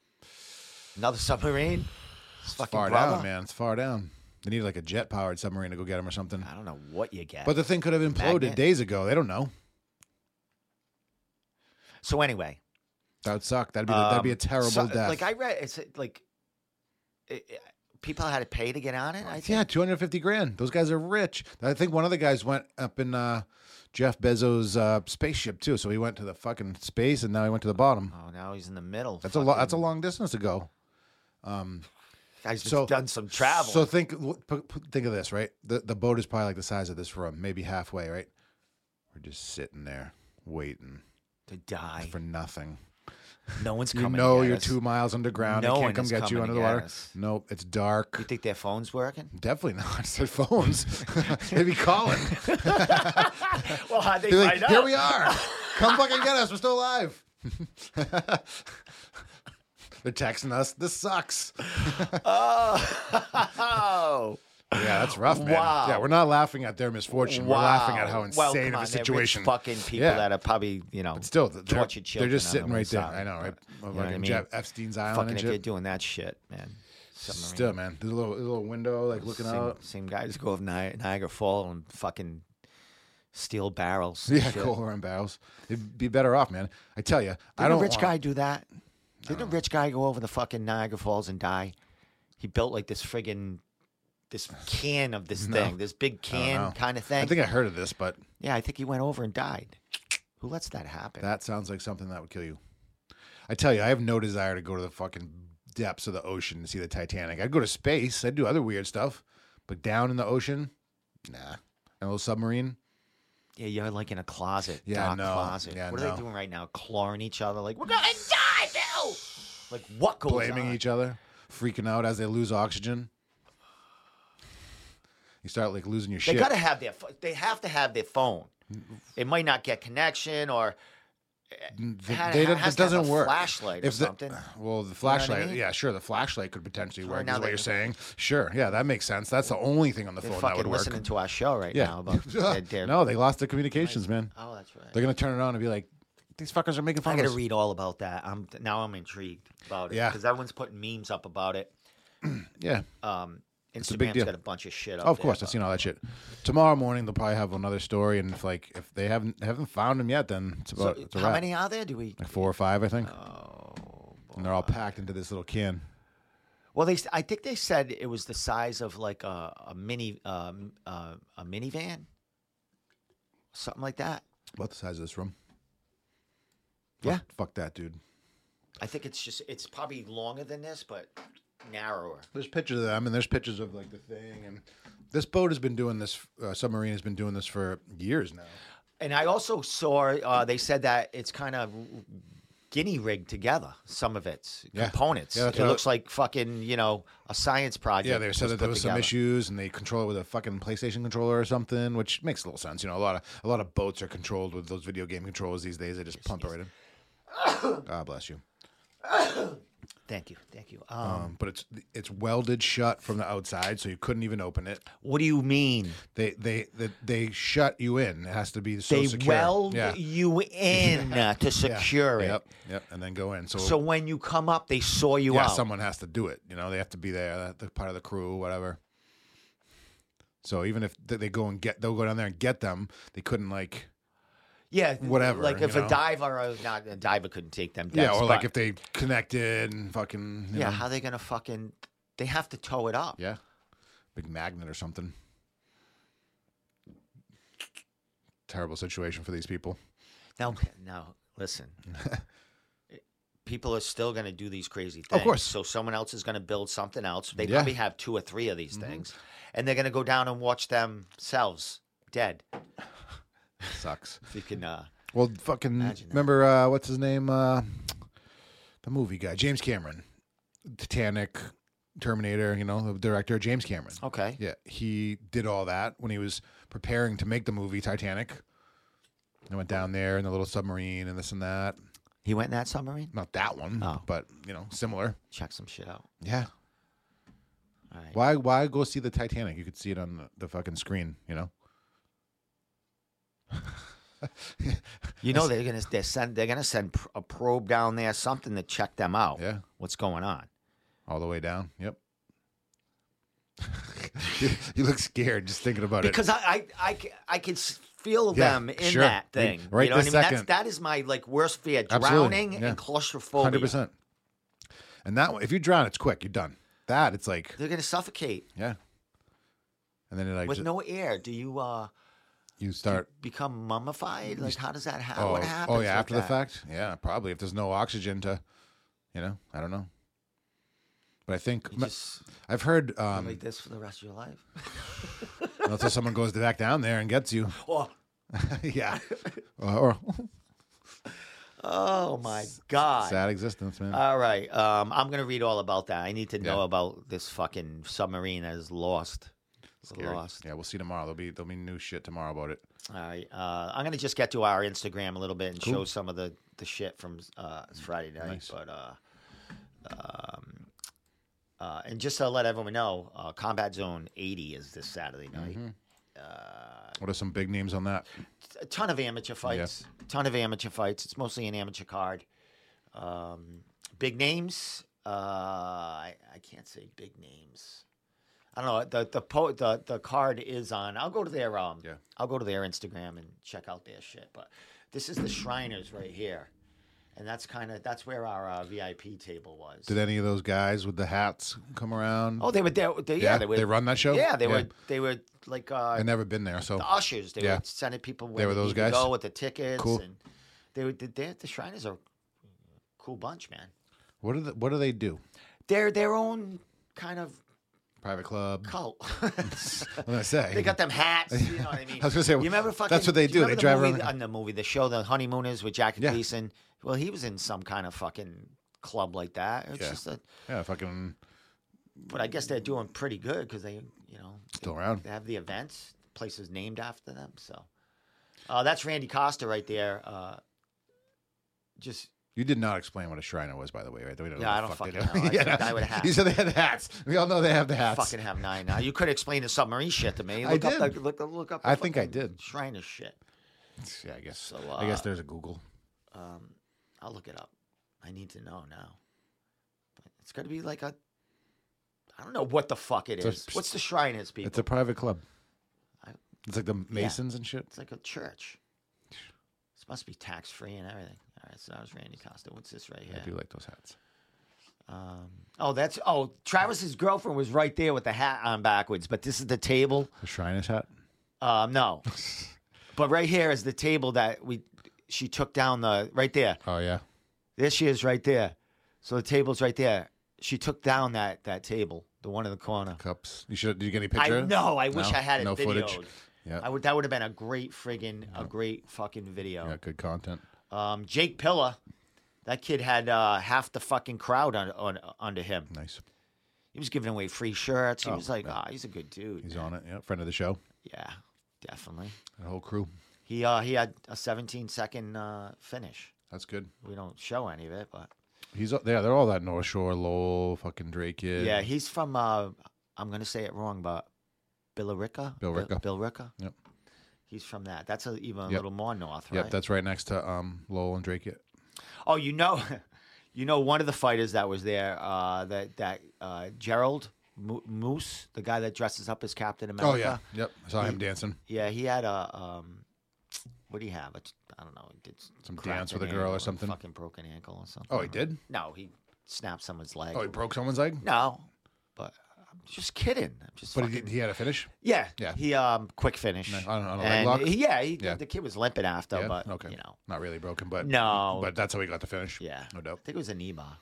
[SPEAKER 1] Another submarine? His
[SPEAKER 2] It's
[SPEAKER 1] fucking
[SPEAKER 2] far
[SPEAKER 1] brother?
[SPEAKER 2] down, man. It's far down. They need like a jet powered submarine to go get them or something.
[SPEAKER 1] I don't know what you get.
[SPEAKER 2] But the thing could have imploded
[SPEAKER 1] Ah. Magnet?
[SPEAKER 2] days ago. They don't know.
[SPEAKER 1] so anyway,
[SPEAKER 2] That would suck. That'd be that'd be a
[SPEAKER 1] um,
[SPEAKER 2] terrible
[SPEAKER 1] so-
[SPEAKER 2] death.
[SPEAKER 1] Like I read, it's uh, like it, it- people had to pay to get on it. I think.
[SPEAKER 2] yeah, two hundred fifty grand. Those guys are rich. I think one of the guys went up in uh, Jeff Bezos' uh, spaceship too. So he went to the fucking space, and now he went to the bottom.
[SPEAKER 1] Oh, now he's in the middle.
[SPEAKER 2] That's a lo- that's a long distance to go.
[SPEAKER 1] Guys,
[SPEAKER 2] so-
[SPEAKER 1] done some travel.
[SPEAKER 2] So think p- p- think of this, right? The the boat is probably like the size of this room, maybe halfway, right? We're just sitting there waiting
[SPEAKER 1] to die.
[SPEAKER 2] for nothing.
[SPEAKER 1] No one's
[SPEAKER 2] You
[SPEAKER 1] coming.
[SPEAKER 2] know
[SPEAKER 1] to get
[SPEAKER 2] you're
[SPEAKER 1] us.
[SPEAKER 2] two miles underground.
[SPEAKER 1] No
[SPEAKER 2] they
[SPEAKER 1] one
[SPEAKER 2] can't come
[SPEAKER 1] is
[SPEAKER 2] get you
[SPEAKER 1] coming to
[SPEAKER 2] under the
[SPEAKER 1] get
[SPEAKER 2] water.
[SPEAKER 1] us.
[SPEAKER 2] Nope, it's
[SPEAKER 1] You
[SPEAKER 2] dark.
[SPEAKER 1] think their phone's working?
[SPEAKER 2] Definitely not. I said phones. They'd be calling.
[SPEAKER 1] Well, how'd they
[SPEAKER 2] Be like, Here we are. Come fucking get us. We're still alive. They're texting us. This sucks.
[SPEAKER 1] Oh,
[SPEAKER 2] Yeah, that's rough, man.
[SPEAKER 1] Wow.
[SPEAKER 2] Yeah, we're not laughing at their misfortune. We're laughing at how
[SPEAKER 1] Wow.
[SPEAKER 2] insane
[SPEAKER 1] Well,
[SPEAKER 2] of
[SPEAKER 1] come
[SPEAKER 2] a
[SPEAKER 1] on, they're rich
[SPEAKER 2] situation.
[SPEAKER 1] Fucking people
[SPEAKER 2] Yeah.
[SPEAKER 1] that are probably you know
[SPEAKER 2] Still, th- they're,
[SPEAKER 1] tortured
[SPEAKER 2] they're
[SPEAKER 1] children.
[SPEAKER 2] just
[SPEAKER 1] on
[SPEAKER 2] sitting
[SPEAKER 1] the
[SPEAKER 2] right there.
[SPEAKER 1] wayside.
[SPEAKER 2] I know, right?
[SPEAKER 1] You know
[SPEAKER 2] Like
[SPEAKER 1] what I
[SPEAKER 2] in
[SPEAKER 1] mean?
[SPEAKER 2] Jeff Epstein's island
[SPEAKER 1] Fucking
[SPEAKER 2] and
[SPEAKER 1] if you're
[SPEAKER 2] shit.
[SPEAKER 1] doing that shit, man. Submarine.
[SPEAKER 2] Still, man, there's a little, there's a little window like looking
[SPEAKER 1] Same,
[SPEAKER 2] out.
[SPEAKER 1] same guys go of Ni- Niagara Fall and fucking steel barrels. and
[SPEAKER 2] Yeah,
[SPEAKER 1] shit.
[SPEAKER 2] coal around barrels. It'd be better off, man. I tell you, I
[SPEAKER 1] Didn't
[SPEAKER 2] don't.
[SPEAKER 1] a rich
[SPEAKER 2] want-
[SPEAKER 1] guy do that? Didn't a rich guy go over the fucking Niagara Falls and die? He built like this friggin' this can of this thing, this big can
[SPEAKER 2] know.
[SPEAKER 1] kind of
[SPEAKER 2] I
[SPEAKER 1] thing.
[SPEAKER 2] think I heard of this, but
[SPEAKER 1] yeah, I think he went over and died. Who lets that happen?
[SPEAKER 2] that sounds like something that would kill you. I tell you, I have no desire to go to the fucking depths of the ocean and see the Titanic. I'd go to space. I'd do other weird stuff, but down in the ocean, nah. A little submarine.
[SPEAKER 1] yeah, you're like in a closet,
[SPEAKER 2] Yeah,
[SPEAKER 1] dark
[SPEAKER 2] no.
[SPEAKER 1] closet.
[SPEAKER 2] Yeah,
[SPEAKER 1] what are
[SPEAKER 2] no.
[SPEAKER 1] they doing right now? Clawing each other like we're gonna die, Bill. Like what goes
[SPEAKER 2] blaming
[SPEAKER 1] on?
[SPEAKER 2] each other, freaking out as they lose oxygen. You start like losing your
[SPEAKER 1] They
[SPEAKER 2] shit.
[SPEAKER 1] gotta have their. pho- They have to have their phone. It might not get connection, or
[SPEAKER 2] Th-
[SPEAKER 1] had-
[SPEAKER 2] they
[SPEAKER 1] ha- has
[SPEAKER 2] don't- it
[SPEAKER 1] to have
[SPEAKER 2] doesn't
[SPEAKER 1] a
[SPEAKER 2] work.
[SPEAKER 1] flashlight or
[SPEAKER 2] the-
[SPEAKER 1] something.
[SPEAKER 2] well, the flashlight.
[SPEAKER 1] mean? Oh,
[SPEAKER 2] Yeah, sure. The flashlight could potentially work.
[SPEAKER 1] now
[SPEAKER 2] is what
[SPEAKER 1] they-
[SPEAKER 2] you're saying? Sure. Yeah, that makes sense. That's the only thing on the
[SPEAKER 1] they're
[SPEAKER 2] phone that would
[SPEAKER 1] fucking
[SPEAKER 2] work.
[SPEAKER 1] listening to our show right
[SPEAKER 2] yeah.
[SPEAKER 1] now. About their, their-
[SPEAKER 2] no, they lost their communications, man.
[SPEAKER 1] Oh, that's right.
[SPEAKER 2] They're gonna turn it on and be like, "These fuckers are making fun
[SPEAKER 1] I
[SPEAKER 2] of
[SPEAKER 1] got to
[SPEAKER 2] us."
[SPEAKER 1] read all about that. I'm now I'm intrigued about it
[SPEAKER 2] Yeah.
[SPEAKER 1] because everyone's putting memes up about it.
[SPEAKER 2] yeah.
[SPEAKER 1] Um,
[SPEAKER 2] a big
[SPEAKER 1] Instagram's
[SPEAKER 2] deal.
[SPEAKER 1] got a bunch of shit. Up
[SPEAKER 2] Oh, of
[SPEAKER 1] there
[SPEAKER 2] course, I've
[SPEAKER 1] about-
[SPEAKER 2] seen all that shit. Tomorrow morning they'll probably have another story, and if like if they haven't haven't found them yet, then it's about it's a
[SPEAKER 1] So, how
[SPEAKER 2] wrap.
[SPEAKER 1] many are there? Do we?
[SPEAKER 2] Like four or five, I think,
[SPEAKER 1] Oh,
[SPEAKER 2] and they're all packed into this little can.
[SPEAKER 1] well, they. s- I think they said it was the size of like a, a mini um, uh, a minivan, something like that.
[SPEAKER 2] About the size of this room. Fuck-
[SPEAKER 1] Yeah,
[SPEAKER 2] Fuck that, dude.
[SPEAKER 1] I think it's just it's probably longer than this, but narrower.
[SPEAKER 2] There's pictures of them, and there's pictures of like the thing, and this boat has been doing this. Uh, submarine has been doing this for years now.
[SPEAKER 1] And I also saw uh, they said that it's kind of guinea rigged together some of its
[SPEAKER 2] Yeah.
[SPEAKER 1] components.
[SPEAKER 2] Yeah, that's
[SPEAKER 1] it
[SPEAKER 2] what I-
[SPEAKER 1] looks like fucking you know a science project.
[SPEAKER 2] Yeah, they said that there
[SPEAKER 1] put
[SPEAKER 2] was some
[SPEAKER 1] together.
[SPEAKER 2] issues, and they control it with a fucking PlayStation controller or something, which makes a little sense. You know, a lot of a lot of boats are controlled with those video game controllers these days. They just pump it right in. God bless you.
[SPEAKER 1] Thank you, thank you. Um,
[SPEAKER 2] Um, but it's it's welded shut from the outside, so you couldn't even open it.
[SPEAKER 1] what do you mean?
[SPEAKER 2] They they they, they shut you in. It has to be so
[SPEAKER 1] they
[SPEAKER 2] secure.
[SPEAKER 1] weld
[SPEAKER 2] yeah.
[SPEAKER 1] you in uh, to
[SPEAKER 2] Yeah.
[SPEAKER 1] secure it.
[SPEAKER 2] Yep, yep, and then go in.
[SPEAKER 1] So when you come up, they saw you
[SPEAKER 2] yeah,
[SPEAKER 1] out.
[SPEAKER 2] someone has to do it. You know, they have to be there, that- the part of the crew, whatever. So even if th- they go and get, they'll go down there and get them. They couldn't like,
[SPEAKER 1] yeah,
[SPEAKER 2] whatever,
[SPEAKER 1] Like if
[SPEAKER 2] you
[SPEAKER 1] a
[SPEAKER 2] know?
[SPEAKER 1] diver, or not a diver, couldn't take them.
[SPEAKER 2] yeah,
[SPEAKER 1] depths,
[SPEAKER 2] or like
[SPEAKER 1] but-
[SPEAKER 2] if they connected and fucking, you
[SPEAKER 1] yeah,
[SPEAKER 2] know,
[SPEAKER 1] how they gonna fucking? They have to tow it up.
[SPEAKER 2] yeah, big magnet or something. terrible situation for these people.
[SPEAKER 1] Now, now listen. People are still going to do these crazy things.
[SPEAKER 2] Of course.
[SPEAKER 1] So someone else is going to build something else. They
[SPEAKER 2] Yeah. Mm-hmm.
[SPEAKER 1] probably have two or three of these things, and they're going to go down and watch themselves dead.
[SPEAKER 2] Sucks.
[SPEAKER 1] If you can, uh,
[SPEAKER 2] Well, fucking
[SPEAKER 1] Imagine that.
[SPEAKER 2] remember uh, what's his name? Uh, the movie guy, James Cameron, Titanic, Terminator. You know, the director James Cameron.
[SPEAKER 1] okay.
[SPEAKER 2] Yeah, he did all that when he was preparing to make the movie Titanic. I went down there in the little submarine and this and that.
[SPEAKER 1] He went in that submarine.
[SPEAKER 2] Not that one,
[SPEAKER 1] Oh.
[SPEAKER 2] but you know, similar.
[SPEAKER 1] Check some shit out.
[SPEAKER 2] Yeah.
[SPEAKER 1] All right.
[SPEAKER 2] Why? Why go see the Titanic? You could see it on the, the fucking screen. You know.
[SPEAKER 1] You know they're gonna they send they're gonna send pr- a probe down there, something to check them out.
[SPEAKER 2] Yeah.
[SPEAKER 1] What's going on?
[SPEAKER 2] All the way down. Yep. you, you look scared just thinking about it.
[SPEAKER 1] Because I I I, c- I can s- feel
[SPEAKER 2] Yeah,
[SPEAKER 1] them in
[SPEAKER 2] sure.
[SPEAKER 1] that
[SPEAKER 2] We-
[SPEAKER 1] thing.
[SPEAKER 2] right
[SPEAKER 1] you know what I
[SPEAKER 2] this
[SPEAKER 1] mean? That's
[SPEAKER 2] second.
[SPEAKER 1] that is my like worst fear:
[SPEAKER 2] Absolutely,
[SPEAKER 1] drowning
[SPEAKER 2] yeah.
[SPEAKER 1] and claustrophobia.
[SPEAKER 2] Hundred percent. And that one, if you drown, it's quick. You're done. That it's like
[SPEAKER 1] They're gonna suffocate
[SPEAKER 2] yeah. And then it like
[SPEAKER 1] with
[SPEAKER 2] ju-
[SPEAKER 1] no air. Do you uh
[SPEAKER 2] you start.
[SPEAKER 1] become mummified? Like how does that happen?
[SPEAKER 2] Oh,
[SPEAKER 1] what happens?
[SPEAKER 2] oh yeah.
[SPEAKER 1] with
[SPEAKER 2] After the
[SPEAKER 1] that?
[SPEAKER 2] fact, yeah, probably if there's no oxygen to, you know, I don't know. But I think
[SPEAKER 1] You just
[SPEAKER 2] I've heard um,
[SPEAKER 1] like this for the rest of your life.
[SPEAKER 2] until someone goes back down there and gets you.
[SPEAKER 1] Oh,
[SPEAKER 2] yeah. Or,
[SPEAKER 1] oh my god.
[SPEAKER 2] sad existence, man.
[SPEAKER 1] All right. Um, I'm gonna read all about that. I need to know
[SPEAKER 2] Yeah.
[SPEAKER 1] about this fucking submarine that is lost.
[SPEAKER 2] Scary.
[SPEAKER 1] Lost.
[SPEAKER 2] Yeah, we'll see tomorrow. There'll be there'll be new shit tomorrow about it.
[SPEAKER 1] All right. Uh, I'm gonna just get to our Instagram a little bit and show some of the the shit from uh, Friday night.
[SPEAKER 2] Nice.
[SPEAKER 1] But uh, um, uh, and just to let everyone know, uh, Combat Zone 80 is this Saturday night. Uh,
[SPEAKER 2] What are some big names on that?
[SPEAKER 1] a ton of amateur fights. Ton of amateur fights. It's mostly an amateur card. Um, big names. Uh, I, I can't say big names. I don't know. The the, po- the the card is on. I'll go to their um.
[SPEAKER 2] Yeah.
[SPEAKER 1] I'll go to their Instagram and check out their shit. But this is the Shriners right here, and that's kind of that's where our uh, VIP table was.
[SPEAKER 2] Did any of those guys with the hats come around?
[SPEAKER 1] oh, they were there. They, yeah, they were.
[SPEAKER 2] run that show.
[SPEAKER 1] yeah, they were. They were like uh,
[SPEAKER 2] I've never been there, so
[SPEAKER 1] the ushers. They
[SPEAKER 2] Oh. Yeah.
[SPEAKER 1] were sending people. Where
[SPEAKER 2] They were those
[SPEAKER 1] needed to
[SPEAKER 2] guys?
[SPEAKER 1] Go with the tickets.
[SPEAKER 2] Cool.
[SPEAKER 1] And they were. They, the Shriners are a cool bunch, man.
[SPEAKER 2] what do the, what do they do?
[SPEAKER 1] They're their own kind of
[SPEAKER 2] Private club.
[SPEAKER 1] cult.
[SPEAKER 2] What did I say?
[SPEAKER 1] they got them hats. You know what I mean?
[SPEAKER 2] I was gonna say,
[SPEAKER 1] you remember fucking,
[SPEAKER 2] that's what they
[SPEAKER 1] you
[SPEAKER 2] do,
[SPEAKER 1] remember
[SPEAKER 2] they
[SPEAKER 1] the
[SPEAKER 2] drive
[SPEAKER 1] movie,
[SPEAKER 2] around-
[SPEAKER 1] on the movie, the show, the honeymooners with Jackie
[SPEAKER 2] Yeah.
[SPEAKER 1] Gleason. Well, he was in some kind of fucking club like that. It's
[SPEAKER 2] Yeah.
[SPEAKER 1] just a,
[SPEAKER 2] yeah, fucking
[SPEAKER 1] but I guess they're doing pretty good because they, you know,
[SPEAKER 2] still around.
[SPEAKER 1] They have the events, places named after them. So uh, that's Randy Costa right there. Uh, just
[SPEAKER 2] You did not explain what a shriner was, by the way, right? We don't
[SPEAKER 1] Yeah, I
[SPEAKER 2] what the
[SPEAKER 1] don't
[SPEAKER 2] fuck
[SPEAKER 1] fucking
[SPEAKER 2] they do.
[SPEAKER 1] know. I said guy with a hat.
[SPEAKER 2] You said they had the hats. We all know they have the hats.
[SPEAKER 1] fucking have nine now. You could explain the submarine shit to me.
[SPEAKER 2] I
[SPEAKER 1] Look up
[SPEAKER 2] did.
[SPEAKER 1] The, look, look up. The
[SPEAKER 2] I think I
[SPEAKER 1] fucking
[SPEAKER 2] did.
[SPEAKER 1] Shriner shit.
[SPEAKER 2] Yeah, I guess.
[SPEAKER 1] So,
[SPEAKER 2] I guess
[SPEAKER 1] uh,
[SPEAKER 2] there's a Google.
[SPEAKER 1] Um, I'll look it up. I need to know now. But it's got to be like a. I don't know what the fuck it
[SPEAKER 2] It's a-
[SPEAKER 1] is. What's the Shriners people?
[SPEAKER 2] It's a private club.
[SPEAKER 1] I-
[SPEAKER 2] It's like the Masons and shit.
[SPEAKER 1] It's like a church. This must be tax free and everything. All right, so that was Randy Costa. What's this right here?
[SPEAKER 2] I do like those hats.
[SPEAKER 1] Um, oh, that's oh Travis's girlfriend was right there with the hat on backwards, but this is the table.
[SPEAKER 2] The shriner's hat.
[SPEAKER 1] Um, no, but right here is the table that we she took down the right there.
[SPEAKER 2] Oh yeah.
[SPEAKER 1] There she is, right there. So the table's right there. She took down that that table, the one in the corner.
[SPEAKER 2] cups. You should. Did you get any picture?
[SPEAKER 1] I know. I wish I had it
[SPEAKER 2] no
[SPEAKER 1] videoed.
[SPEAKER 2] footage. Yeah.
[SPEAKER 1] I would. That would have been a great friggin' a great fucking video.
[SPEAKER 2] yeah, good content.
[SPEAKER 1] Um, Jake Pilla, that kid had uh, half the fucking crowd on, on under him.
[SPEAKER 2] Nice.
[SPEAKER 1] He was giving away free shirts. He
[SPEAKER 2] Oh,
[SPEAKER 1] was like,
[SPEAKER 2] yeah.
[SPEAKER 1] ah, he's a good dude.
[SPEAKER 2] He's
[SPEAKER 1] man."
[SPEAKER 2] on it. Yeah, friend of the show.
[SPEAKER 1] Yeah, definitely.
[SPEAKER 2] The whole crew.
[SPEAKER 1] He uh, he had a 17 second uh, finish.
[SPEAKER 2] That's good.
[SPEAKER 1] We don't show any of it, but
[SPEAKER 2] He's yeah. They're all that North Shore, Lowell, fucking Drake kid.
[SPEAKER 1] yeah, he's from. Uh, I'm gonna say it wrong, but Billerica. Bi-
[SPEAKER 2] Billerica.
[SPEAKER 1] Billerica.
[SPEAKER 2] Yep.
[SPEAKER 1] He's from that. That's a, even a
[SPEAKER 2] Yep.
[SPEAKER 1] little more north,
[SPEAKER 2] Yep.
[SPEAKER 1] right?
[SPEAKER 2] That's right next to um Lowell and Drake kid.
[SPEAKER 1] oh, you know, you know, one of the fighters that was there, uh, that that uh, Gerald Mo- Moose, the guy that dresses up as Captain America.
[SPEAKER 2] Oh yeah. Yep. I saw him dancing.
[SPEAKER 1] Yeah, he had a um, what do you have? A, I don't know. He did
[SPEAKER 2] Some
[SPEAKER 1] cracked
[SPEAKER 2] dance with
[SPEAKER 1] an
[SPEAKER 2] a girl or
[SPEAKER 1] ankle,
[SPEAKER 2] something?
[SPEAKER 1] Fucking broken ankle or something.
[SPEAKER 2] Oh, he did.
[SPEAKER 1] No, he snapped someone's leg.
[SPEAKER 2] Oh, he broke someone's leg.
[SPEAKER 1] no, but I'm just kidding. I'm just
[SPEAKER 2] But he,
[SPEAKER 1] fucking-
[SPEAKER 2] he had a finish.
[SPEAKER 1] yeah,
[SPEAKER 2] yeah.
[SPEAKER 1] He um quick finish.
[SPEAKER 2] I don't- I don't know,
[SPEAKER 1] And
[SPEAKER 2] leg lock?
[SPEAKER 1] he- yeah, he,
[SPEAKER 2] Yeah.
[SPEAKER 1] the kid was limping after,
[SPEAKER 2] Yeah?
[SPEAKER 1] but
[SPEAKER 2] okay.
[SPEAKER 1] you know,
[SPEAKER 2] Not really broken, but
[SPEAKER 1] no,
[SPEAKER 2] but that's how he got the finish.
[SPEAKER 1] yeah,
[SPEAKER 2] No doubt.
[SPEAKER 1] I think it was an EMA.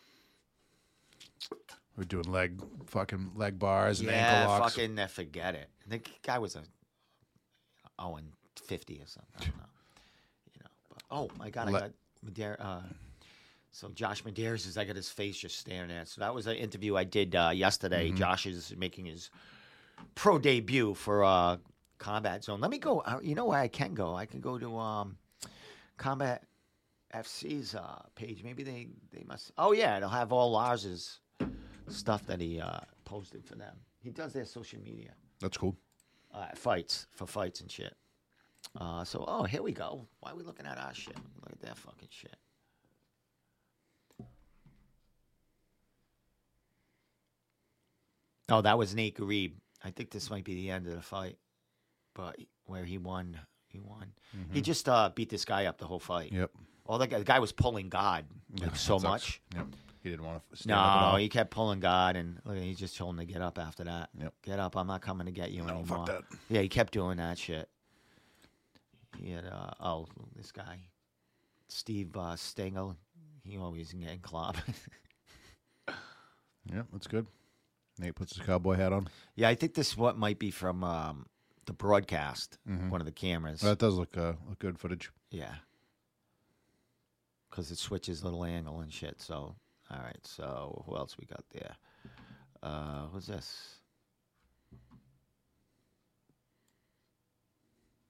[SPEAKER 2] We're doing leg fucking leg bars and
[SPEAKER 1] Yeah,
[SPEAKER 2] ankle locks.
[SPEAKER 1] fucking uh, forget it. I think the guy was a oh and fifty or something. I don't know. You know. But, oh my god, I
[SPEAKER 2] Le-
[SPEAKER 1] got Madeira. Uh, so Josh Medeiros is I got his face just staring at. So that was an interview I did uh, yesterday. Josh is making his pro debut for uh, Combat Zone. Let me go. Uh, you know where I can go? I can go to um, Combat FC's uh, page. Maybe they they must. Oh yeah, it'll have all Lars's stuff that he uh, posted for them. He does their social media
[SPEAKER 2] That's cool.
[SPEAKER 1] uh, fights for fights and shit. Uh, so oh, here we go. Why are we looking at our shit? Look at that fucking shit. Oh, that was Nate Garib. I think this might be the end of the fight, but where he won, he won.
[SPEAKER 2] Mm-hmm.
[SPEAKER 1] He just uh, beat this guy up the whole fight.
[SPEAKER 2] Yep.
[SPEAKER 1] All that guy, the guy was pulling God like, so
[SPEAKER 2] Sucks.
[SPEAKER 1] much.
[SPEAKER 2] Yep. He didn't want to. Stand up at
[SPEAKER 1] No,
[SPEAKER 2] all.
[SPEAKER 1] he kept pulling God, and look, he just told him to get up after that.
[SPEAKER 2] Yep.
[SPEAKER 1] Get up! I'm not coming to get you
[SPEAKER 2] No,
[SPEAKER 1] anymore.
[SPEAKER 2] fuck that.
[SPEAKER 1] Yeah, he kept doing that shit. He had uh, oh this guy, Steve uh, Stengel. He always getting clobbered.
[SPEAKER 2] Yeah, that's good. Nate puts his cowboy hat on.
[SPEAKER 1] yeah, I think this what might be from um, the broadcast, one of the cameras.
[SPEAKER 2] That does look uh, look good footage.
[SPEAKER 1] Yeah. Because it switches little angle and shit. So, all right. So, who else we got there? Uh, who's this?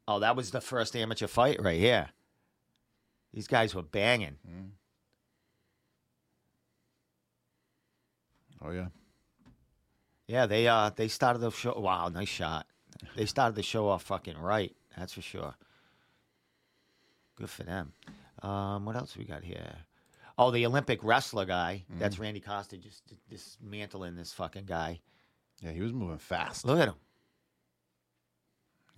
[SPEAKER 1] Oh, that was the first amateur fight right here. These guys were banging.
[SPEAKER 2] Oh yeah,
[SPEAKER 1] Yeah, they uh they started the show. Wow, nice shot. They started the show off fucking right. That's for sure. Good for them. Um, what else we got here? Oh, the Olympic wrestler guy.
[SPEAKER 2] Mm-hmm.
[SPEAKER 1] That's Randy Costa just d- dismantling this fucking guy.
[SPEAKER 2] yeah. He was moving fast.
[SPEAKER 1] Look at him.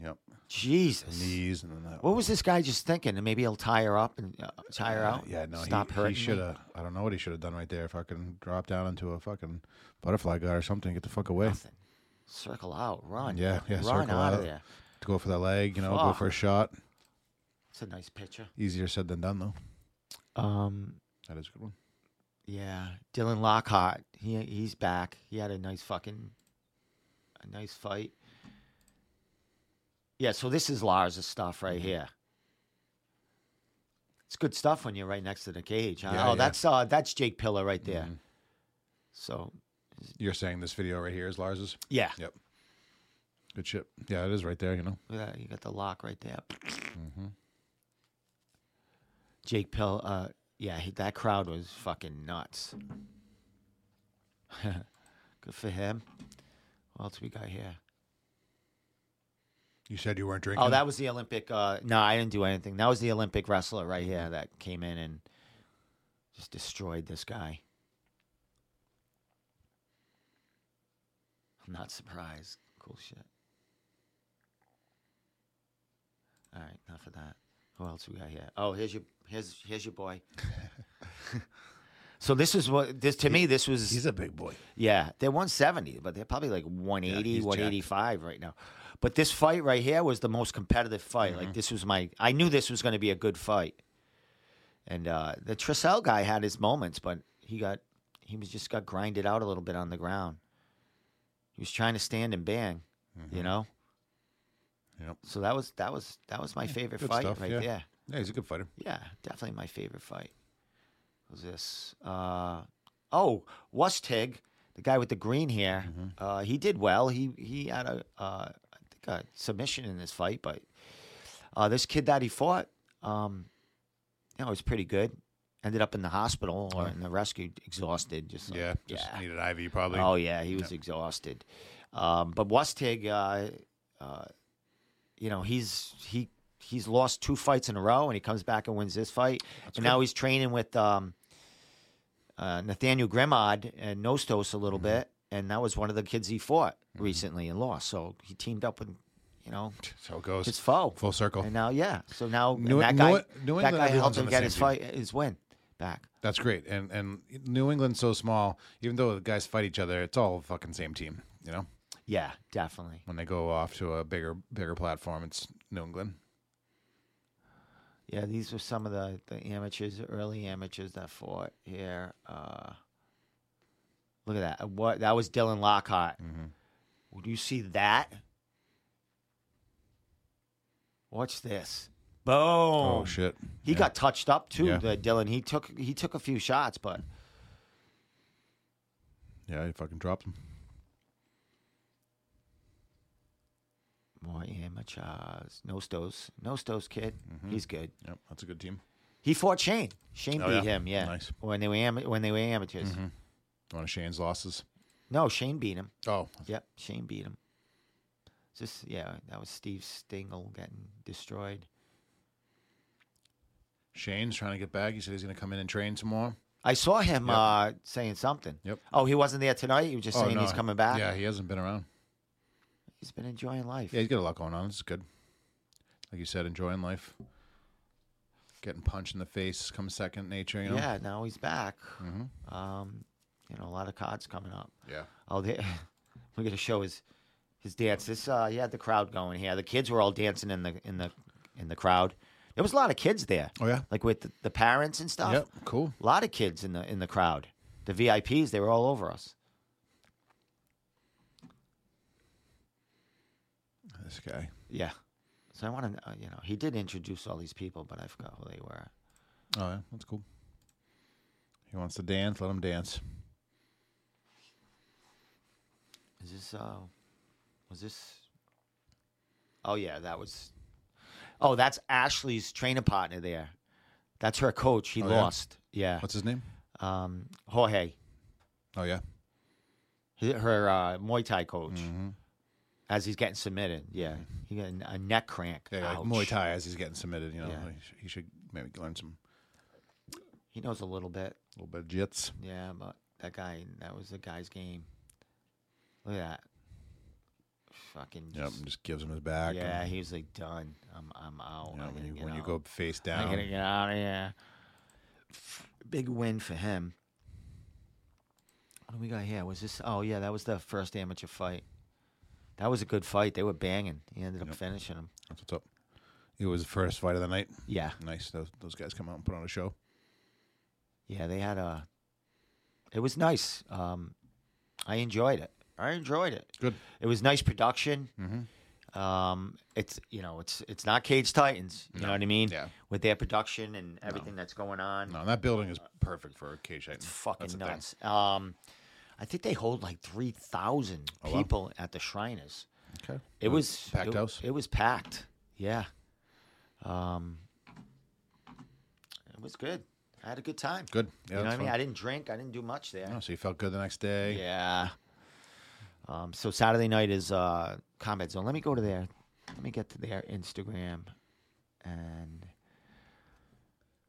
[SPEAKER 2] Yep.
[SPEAKER 1] Jesus.
[SPEAKER 2] Knees and then that.
[SPEAKER 1] What was this guy just thinking? And maybe he'll tie her up and uh, tie her out.
[SPEAKER 2] Yeah, no,
[SPEAKER 1] Stop
[SPEAKER 2] he,
[SPEAKER 1] hurting
[SPEAKER 2] he
[SPEAKER 1] me?
[SPEAKER 2] should have. I don't know what he should have done right there. Fucking drop down into a fucking butterfly gut or something. Get the fuck away.
[SPEAKER 1] Nothing. Circle out. Run.
[SPEAKER 2] Yeah, yeah,
[SPEAKER 1] Run
[SPEAKER 2] circle
[SPEAKER 1] out of
[SPEAKER 2] out.
[SPEAKER 1] there.
[SPEAKER 2] To go for that leg, you know, go
[SPEAKER 1] Fuck.
[SPEAKER 2] for a shot.
[SPEAKER 1] It's a nice picture.
[SPEAKER 2] Easier said than done, though.
[SPEAKER 1] Um,
[SPEAKER 2] That is a good one.
[SPEAKER 1] Yeah, Dylan Lockhart. He he's back. He had a nice fucking, a nice fight. Yeah, so this is Lars' stuff right
[SPEAKER 2] Mm-hmm.
[SPEAKER 1] here. It's good stuff when you're right next to the cage. Huh?
[SPEAKER 2] Yeah,
[SPEAKER 1] oh,
[SPEAKER 2] yeah.
[SPEAKER 1] that's uh, that's Jake Pillar right there.
[SPEAKER 2] Mhm.
[SPEAKER 1] So
[SPEAKER 2] You're saying this video right here is Lars's.
[SPEAKER 1] yeah,
[SPEAKER 2] Yep. Good shit. Yeah, it is right there. You know.
[SPEAKER 1] Look at that, you got the lock right there. Jake Pill. Uh, yeah, he, that crowd was fucking nuts. good for him. What else we got here?
[SPEAKER 2] You said you weren't drinking.
[SPEAKER 1] Oh, that was the Olympic. Uh, no, I didn't do anything. That was the Olympic wrestler right here that came in and just destroyed this guy. I'm not surprised. Cool shit. All right, enough of that. Who else we got here? Oh, here's your here's here's your boy. so this is what this to me this was
[SPEAKER 2] He's a big boy.
[SPEAKER 1] yeah, they're 170, but they're probably like 180,
[SPEAKER 2] Yeah, he's jacked.
[SPEAKER 1] 185 right now. But this fight right here was the most competitive fight.
[SPEAKER 2] Mm-hmm.
[SPEAKER 1] Like this was my, I knew this was going to be a good fight. And uh, the Tressel guy had his moments, but he got, he was just got grinded out a little bit on the ground. He was trying to stand and bang, you know.
[SPEAKER 2] Mm-hmm. Yep.
[SPEAKER 1] So that was that was that was my favorite
[SPEAKER 2] Good
[SPEAKER 1] fight
[SPEAKER 2] stuff.
[SPEAKER 1] right
[SPEAKER 2] yeah.
[SPEAKER 1] there.
[SPEAKER 2] Yeah, he's a good fighter.
[SPEAKER 1] Yeah, definitely my favorite fight. Was this? Uh, oh, Wustig, the guy with the green hair.
[SPEAKER 2] Mm-hmm.
[SPEAKER 1] Uh, he did well. He he had a uh, I think a submission in this fight, but uh, this kid that he fought, um, you know, was pretty good. Ended up in the hospital or in the rescue, exhausted. Just like-
[SPEAKER 2] Yeah, just needed IV probably.
[SPEAKER 1] Oh yeah, he was exhausted. Um, but Wustig, uh, uh, you know, he's he he's lost two fights in a row, and he comes back and wins this fight, and now he's training with um, uh, Nathaniel Gremod and Nostos a little
[SPEAKER 2] Mm-hmm.
[SPEAKER 1] bit, and that was one of the kids he fought recently and lost. So he teamed up with, you know,
[SPEAKER 2] So it goes.
[SPEAKER 1] his foe.
[SPEAKER 2] Full circle.
[SPEAKER 1] And now, yeah, so now and
[SPEAKER 2] New-
[SPEAKER 1] that
[SPEAKER 2] New-
[SPEAKER 1] guy,
[SPEAKER 2] New
[SPEAKER 1] that
[SPEAKER 2] England,
[SPEAKER 1] guy
[SPEAKER 2] everyone's
[SPEAKER 1] helped
[SPEAKER 2] on
[SPEAKER 1] him
[SPEAKER 2] the
[SPEAKER 1] get
[SPEAKER 2] same
[SPEAKER 1] his
[SPEAKER 2] team.
[SPEAKER 1] fight, his win back.
[SPEAKER 2] That's great. And and New England's so small, even though the guys fight each other, it's all fucking same team. you know,
[SPEAKER 1] Yeah, definitely.
[SPEAKER 2] when they go off to a bigger bigger platform, it's New England.
[SPEAKER 1] Yeah, these were some of the, the amateurs, early amateurs that fought here. Uh, look at that. Uh, What that was Dylan Lockhart.
[SPEAKER 2] Mm-hmm.
[SPEAKER 1] Would you see that? Watch this. Boom.
[SPEAKER 2] Oh, shit!
[SPEAKER 1] He
[SPEAKER 2] Yeah.
[SPEAKER 1] got touched up too,
[SPEAKER 2] Yeah.
[SPEAKER 1] the Dylan. He took he took a few shots, but
[SPEAKER 2] yeah, he fucking dropped him.
[SPEAKER 1] more amateurs. Nostos. Nostos kid. He's good.
[SPEAKER 2] Yep, that's a good team.
[SPEAKER 1] He fought Shane. Shane
[SPEAKER 2] Mm-hmm. Oh,
[SPEAKER 1] beat
[SPEAKER 2] yeah.
[SPEAKER 1] him, yeah.
[SPEAKER 2] Nice. Mm-hmm.
[SPEAKER 1] When they were ama- when they were amateurs.
[SPEAKER 2] One of Shane's losses.
[SPEAKER 1] No, Shane beat him.
[SPEAKER 2] Oh,
[SPEAKER 1] Yep, Shane beat him. Just yeah, that was Steve Stingle getting destroyed.
[SPEAKER 2] Shane's trying to get back. He said he's going to come in and train some more.
[SPEAKER 1] I saw him
[SPEAKER 2] Yep.
[SPEAKER 1] uh, saying something.
[SPEAKER 2] Yep.
[SPEAKER 1] Oh, he wasn't there tonight. He was just
[SPEAKER 2] oh,
[SPEAKER 1] saying he's
[SPEAKER 2] no.
[SPEAKER 1] coming back.
[SPEAKER 2] Yeah, he hasn't been around.
[SPEAKER 1] He's been enjoying life.
[SPEAKER 2] Yeah, he's got a lot going on. It's good. Like you said, enjoying life. Getting punched in the face comes second nature, you know? Mm-hmm.
[SPEAKER 1] Yeah, now he's back. Um, you know, a lot of cards coming up.
[SPEAKER 2] Yeah.
[SPEAKER 1] Oh, they, we're gonna show his his dance. This uh, he had the crowd going here. The kids were all dancing in the in the in the crowd. There was a lot of kids there.
[SPEAKER 2] Oh, yeah?
[SPEAKER 1] Like with the, the parents and stuff.
[SPEAKER 2] Yep. Cool.
[SPEAKER 1] A lot of kids in the in the crowd. The VIPs, they were all over us.
[SPEAKER 2] This guy.
[SPEAKER 1] Yeah. So I want to, uh, you know, he did introduce all these people, but I forgot who they were.
[SPEAKER 2] Oh, yeah. That's cool. He wants to dance. Let him dance.
[SPEAKER 1] Is this? Uh, was this? Oh yeah, that was. Oh, that's Ashley's training partner there. That's her coach. He
[SPEAKER 2] Oh, yeah?
[SPEAKER 1] lost. Yeah.
[SPEAKER 2] What's his name?
[SPEAKER 1] Um, Jorge,
[SPEAKER 2] Oh, yeah.
[SPEAKER 1] hi- her uh, Muay Thai coach.
[SPEAKER 2] Mm. Mm-hmm.
[SPEAKER 1] As he's getting submitted, yeah, he got a a neck crank.
[SPEAKER 2] Yeah, like
[SPEAKER 1] Ouch.
[SPEAKER 2] Muay Thai as he's getting submitted, you know?
[SPEAKER 1] Yeah.
[SPEAKER 2] He, sh- he should maybe learn some
[SPEAKER 1] He knows a little bit.
[SPEAKER 2] little bit of jits.
[SPEAKER 1] Yeah, but that guy, that was the guy's game. Look at that. Fucking.
[SPEAKER 2] Yep.
[SPEAKER 1] just-
[SPEAKER 2] And just gives him his back.
[SPEAKER 1] yeah,
[SPEAKER 2] And,
[SPEAKER 1] he was like, done. I'm, I'm out.
[SPEAKER 2] you know,
[SPEAKER 1] I'm
[SPEAKER 2] when
[SPEAKER 1] gonna
[SPEAKER 2] you,
[SPEAKER 1] get
[SPEAKER 2] when you
[SPEAKER 1] out.
[SPEAKER 2] go face
[SPEAKER 1] I'm
[SPEAKER 2] down.
[SPEAKER 1] going to get out of here. Big win for him. What do we got here? Was this? Oh, yeah, that was the first amateur fight. That was a good fight. They were banging. He ended up finishing him.
[SPEAKER 2] That's what's up. It was the first fight of the night.
[SPEAKER 1] Yeah.
[SPEAKER 2] Nice. Those, those guys come out and put on a show.
[SPEAKER 1] Yeah, they had a. It was nice. Um, I enjoyed it. I enjoyed it.
[SPEAKER 2] Good. Mm-hmm.
[SPEAKER 1] It was nice production. Um, it's you know it's it's not Cage Titans. You know what I mean?
[SPEAKER 2] Yeah.
[SPEAKER 1] With their production and everything that's going on,
[SPEAKER 2] No, that building is perfect for a cage height.
[SPEAKER 1] it's fucking nuts. Um, I think they hold like three thousand
[SPEAKER 2] Oh, wow.
[SPEAKER 1] people at the Shriners.
[SPEAKER 2] Okay.
[SPEAKER 1] It was
[SPEAKER 2] packed
[SPEAKER 1] it,
[SPEAKER 2] house?
[SPEAKER 1] It was packed. Yeah. Um, it was good. I had a good time.
[SPEAKER 2] Good.
[SPEAKER 1] You
[SPEAKER 2] Yeah,
[SPEAKER 1] know what
[SPEAKER 2] that's
[SPEAKER 1] I mean?
[SPEAKER 2] fun.
[SPEAKER 1] I didn't drink. I didn't do much there.
[SPEAKER 2] Oh, so you felt good the next day.
[SPEAKER 1] Yeah. Um, so Saturday night is uh, Combat Zone. Let me go to their, let me get to their Instagram, and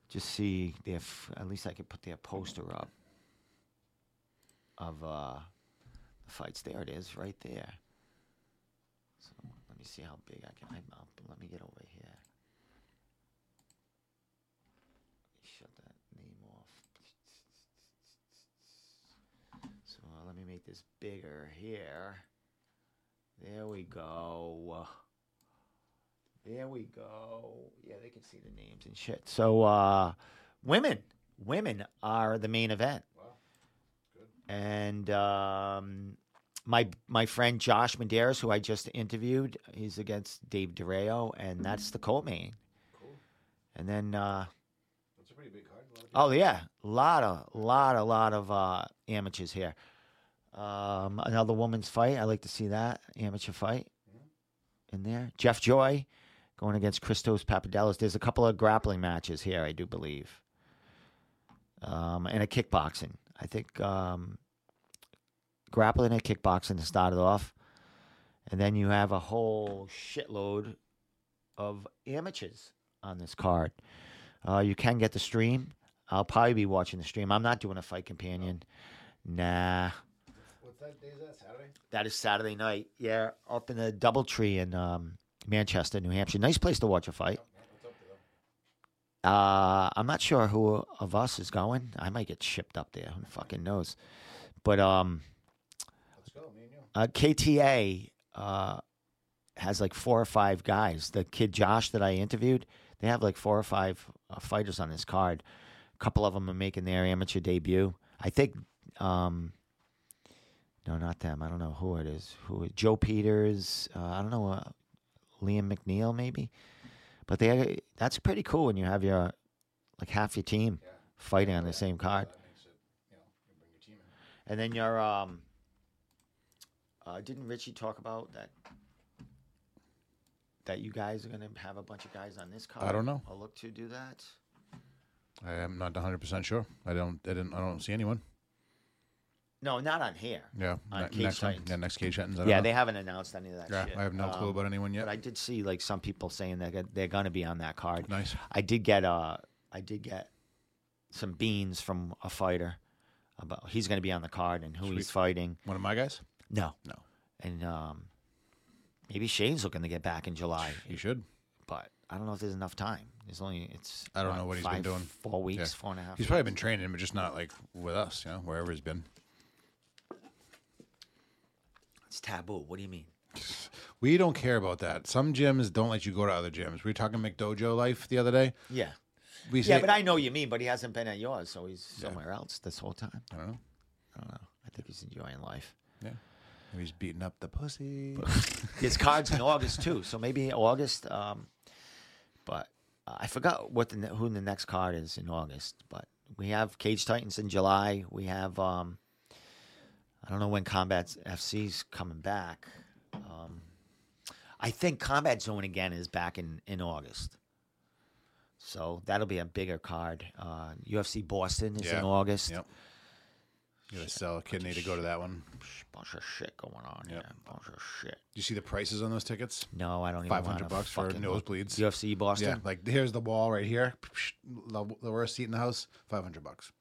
[SPEAKER 1] just see if at least I could put their poster up of uh, the fights. There it is, right there. So let me see how big I can. I'm up. Let me get over here. Shut that name off. So uh, let me make this bigger here. There we go. There we go. Yeah, they can see the names and shit. So uh, women, women are the main event. Wow. Good. And um, my my friend Josh Medeiros, who I just interviewed, he's against Dave DeReo, and that's the co-main. And then uh,
[SPEAKER 2] That's a pretty big card.
[SPEAKER 1] Oh yeah, lot of lot a lot of uh, amateurs here. Um, another woman's fight. I like to see that amateur fight in there. Jeff Joy going against Christos Papadopoulos. There's a couple of grappling matches here, I do believe, um, and a kickboxing. I think um, grappling and kickboxing started off, and then you have a whole shitload of amateurs on this card. Uh, you can get the stream. I'll probably be watching the stream. I'm not doing a fight companion. Nah.
[SPEAKER 2] What's that day? Is that Saturday?
[SPEAKER 1] That is Saturday night. Yeah, up in the DoubleTree in um, Manchester, New Hampshire. Nice place to watch a fight. Uh, I'm not sure who of us is going. I might get shipped up there. Who fucking knows? But um,
[SPEAKER 2] Let's go, oh, me and you.
[SPEAKER 1] Uh, KTA uh, has like four or five guys. The kid Josh that I interviewed, they have like four or five uh, fighters on this card. A couple of them are making their amateur debut. I think, um, no, not them. I don't know who it is. Who Joe Peters? Uh, I don't know. Uh, Liam McNeil maybe. But they that's pretty cool when you have your like half your team fighting on the same card. And then your um, uh, didn't Richie talk about that? That you guys are gonna have a bunch of guys on this card.
[SPEAKER 2] don't know.
[SPEAKER 1] I'll look to do that.
[SPEAKER 2] I am not 100 percent sure. I don't. I didn't. I don't see anyone.
[SPEAKER 1] No, not on here.
[SPEAKER 2] Yeah.
[SPEAKER 1] On
[SPEAKER 2] ne-
[SPEAKER 1] Cage
[SPEAKER 2] next one.
[SPEAKER 1] Titans.
[SPEAKER 2] Yeah. Next cage Titans. I don't
[SPEAKER 1] Yeah,
[SPEAKER 2] know.
[SPEAKER 1] they haven't announced any of that
[SPEAKER 2] Yeah,
[SPEAKER 1] shit.
[SPEAKER 2] I have no clue
[SPEAKER 1] Um,
[SPEAKER 2] about anyone yet.
[SPEAKER 1] But I did see like some people saying that they're going to be on that card.
[SPEAKER 2] Nice.
[SPEAKER 1] I did get uh I did get some beans from a fighter about he's going to be on the card and who he's fighting.
[SPEAKER 2] One of my guys.
[SPEAKER 1] No,
[SPEAKER 2] No.
[SPEAKER 1] and um, maybe Shane's looking to get back in July,
[SPEAKER 2] You should.
[SPEAKER 1] but I don't know if there's enough time. There's only it's
[SPEAKER 2] I don't know what he's been
[SPEAKER 1] five-
[SPEAKER 2] doing.
[SPEAKER 1] Four weeks,
[SPEAKER 2] Yeah.
[SPEAKER 1] four and a half.
[SPEAKER 2] He's probably been training, but just not like with us. You know, wherever he's been.
[SPEAKER 1] it's taboo. What do you mean?
[SPEAKER 2] We don't care about that. Some gyms don't let you go to other gyms. We were talking McDojo life the other day.
[SPEAKER 1] Yeah,
[SPEAKER 2] We say,
[SPEAKER 1] yeah, but I know what you mean. But he hasn't been at yours, so he's somewhere else this whole time.
[SPEAKER 2] I don't know.
[SPEAKER 1] I don't know. I think he's enjoying life.
[SPEAKER 2] Yeah. Maybe he's beating up the pussy.
[SPEAKER 1] His card's in August too, so maybe August. Um, but uh, I forgot what the ne- who the next card is in August. But we have Cage Titans in July. We have um, I don't know when Combat FC's coming back. Um, I think Combat Zone again is back in in August. So that'll be a bigger card. Uh, UFC Boston is
[SPEAKER 2] Yeah.
[SPEAKER 1] in August.
[SPEAKER 2] Yep. You gotta sell a kidney to go to that one. Did
[SPEAKER 1] Bunch of shit going on.
[SPEAKER 2] Yep.
[SPEAKER 1] Yeah, bunch of shit.
[SPEAKER 2] you see the prices on those tickets?
[SPEAKER 1] No, I don't even.
[SPEAKER 2] Five
[SPEAKER 1] want
[SPEAKER 2] hundred
[SPEAKER 1] to
[SPEAKER 2] bucks for
[SPEAKER 1] fucking look.
[SPEAKER 2] nosebleeds.
[SPEAKER 1] UFC Boston.
[SPEAKER 2] Yeah, like here's the wall right here. The the worst seat in the house, five hundred bucks.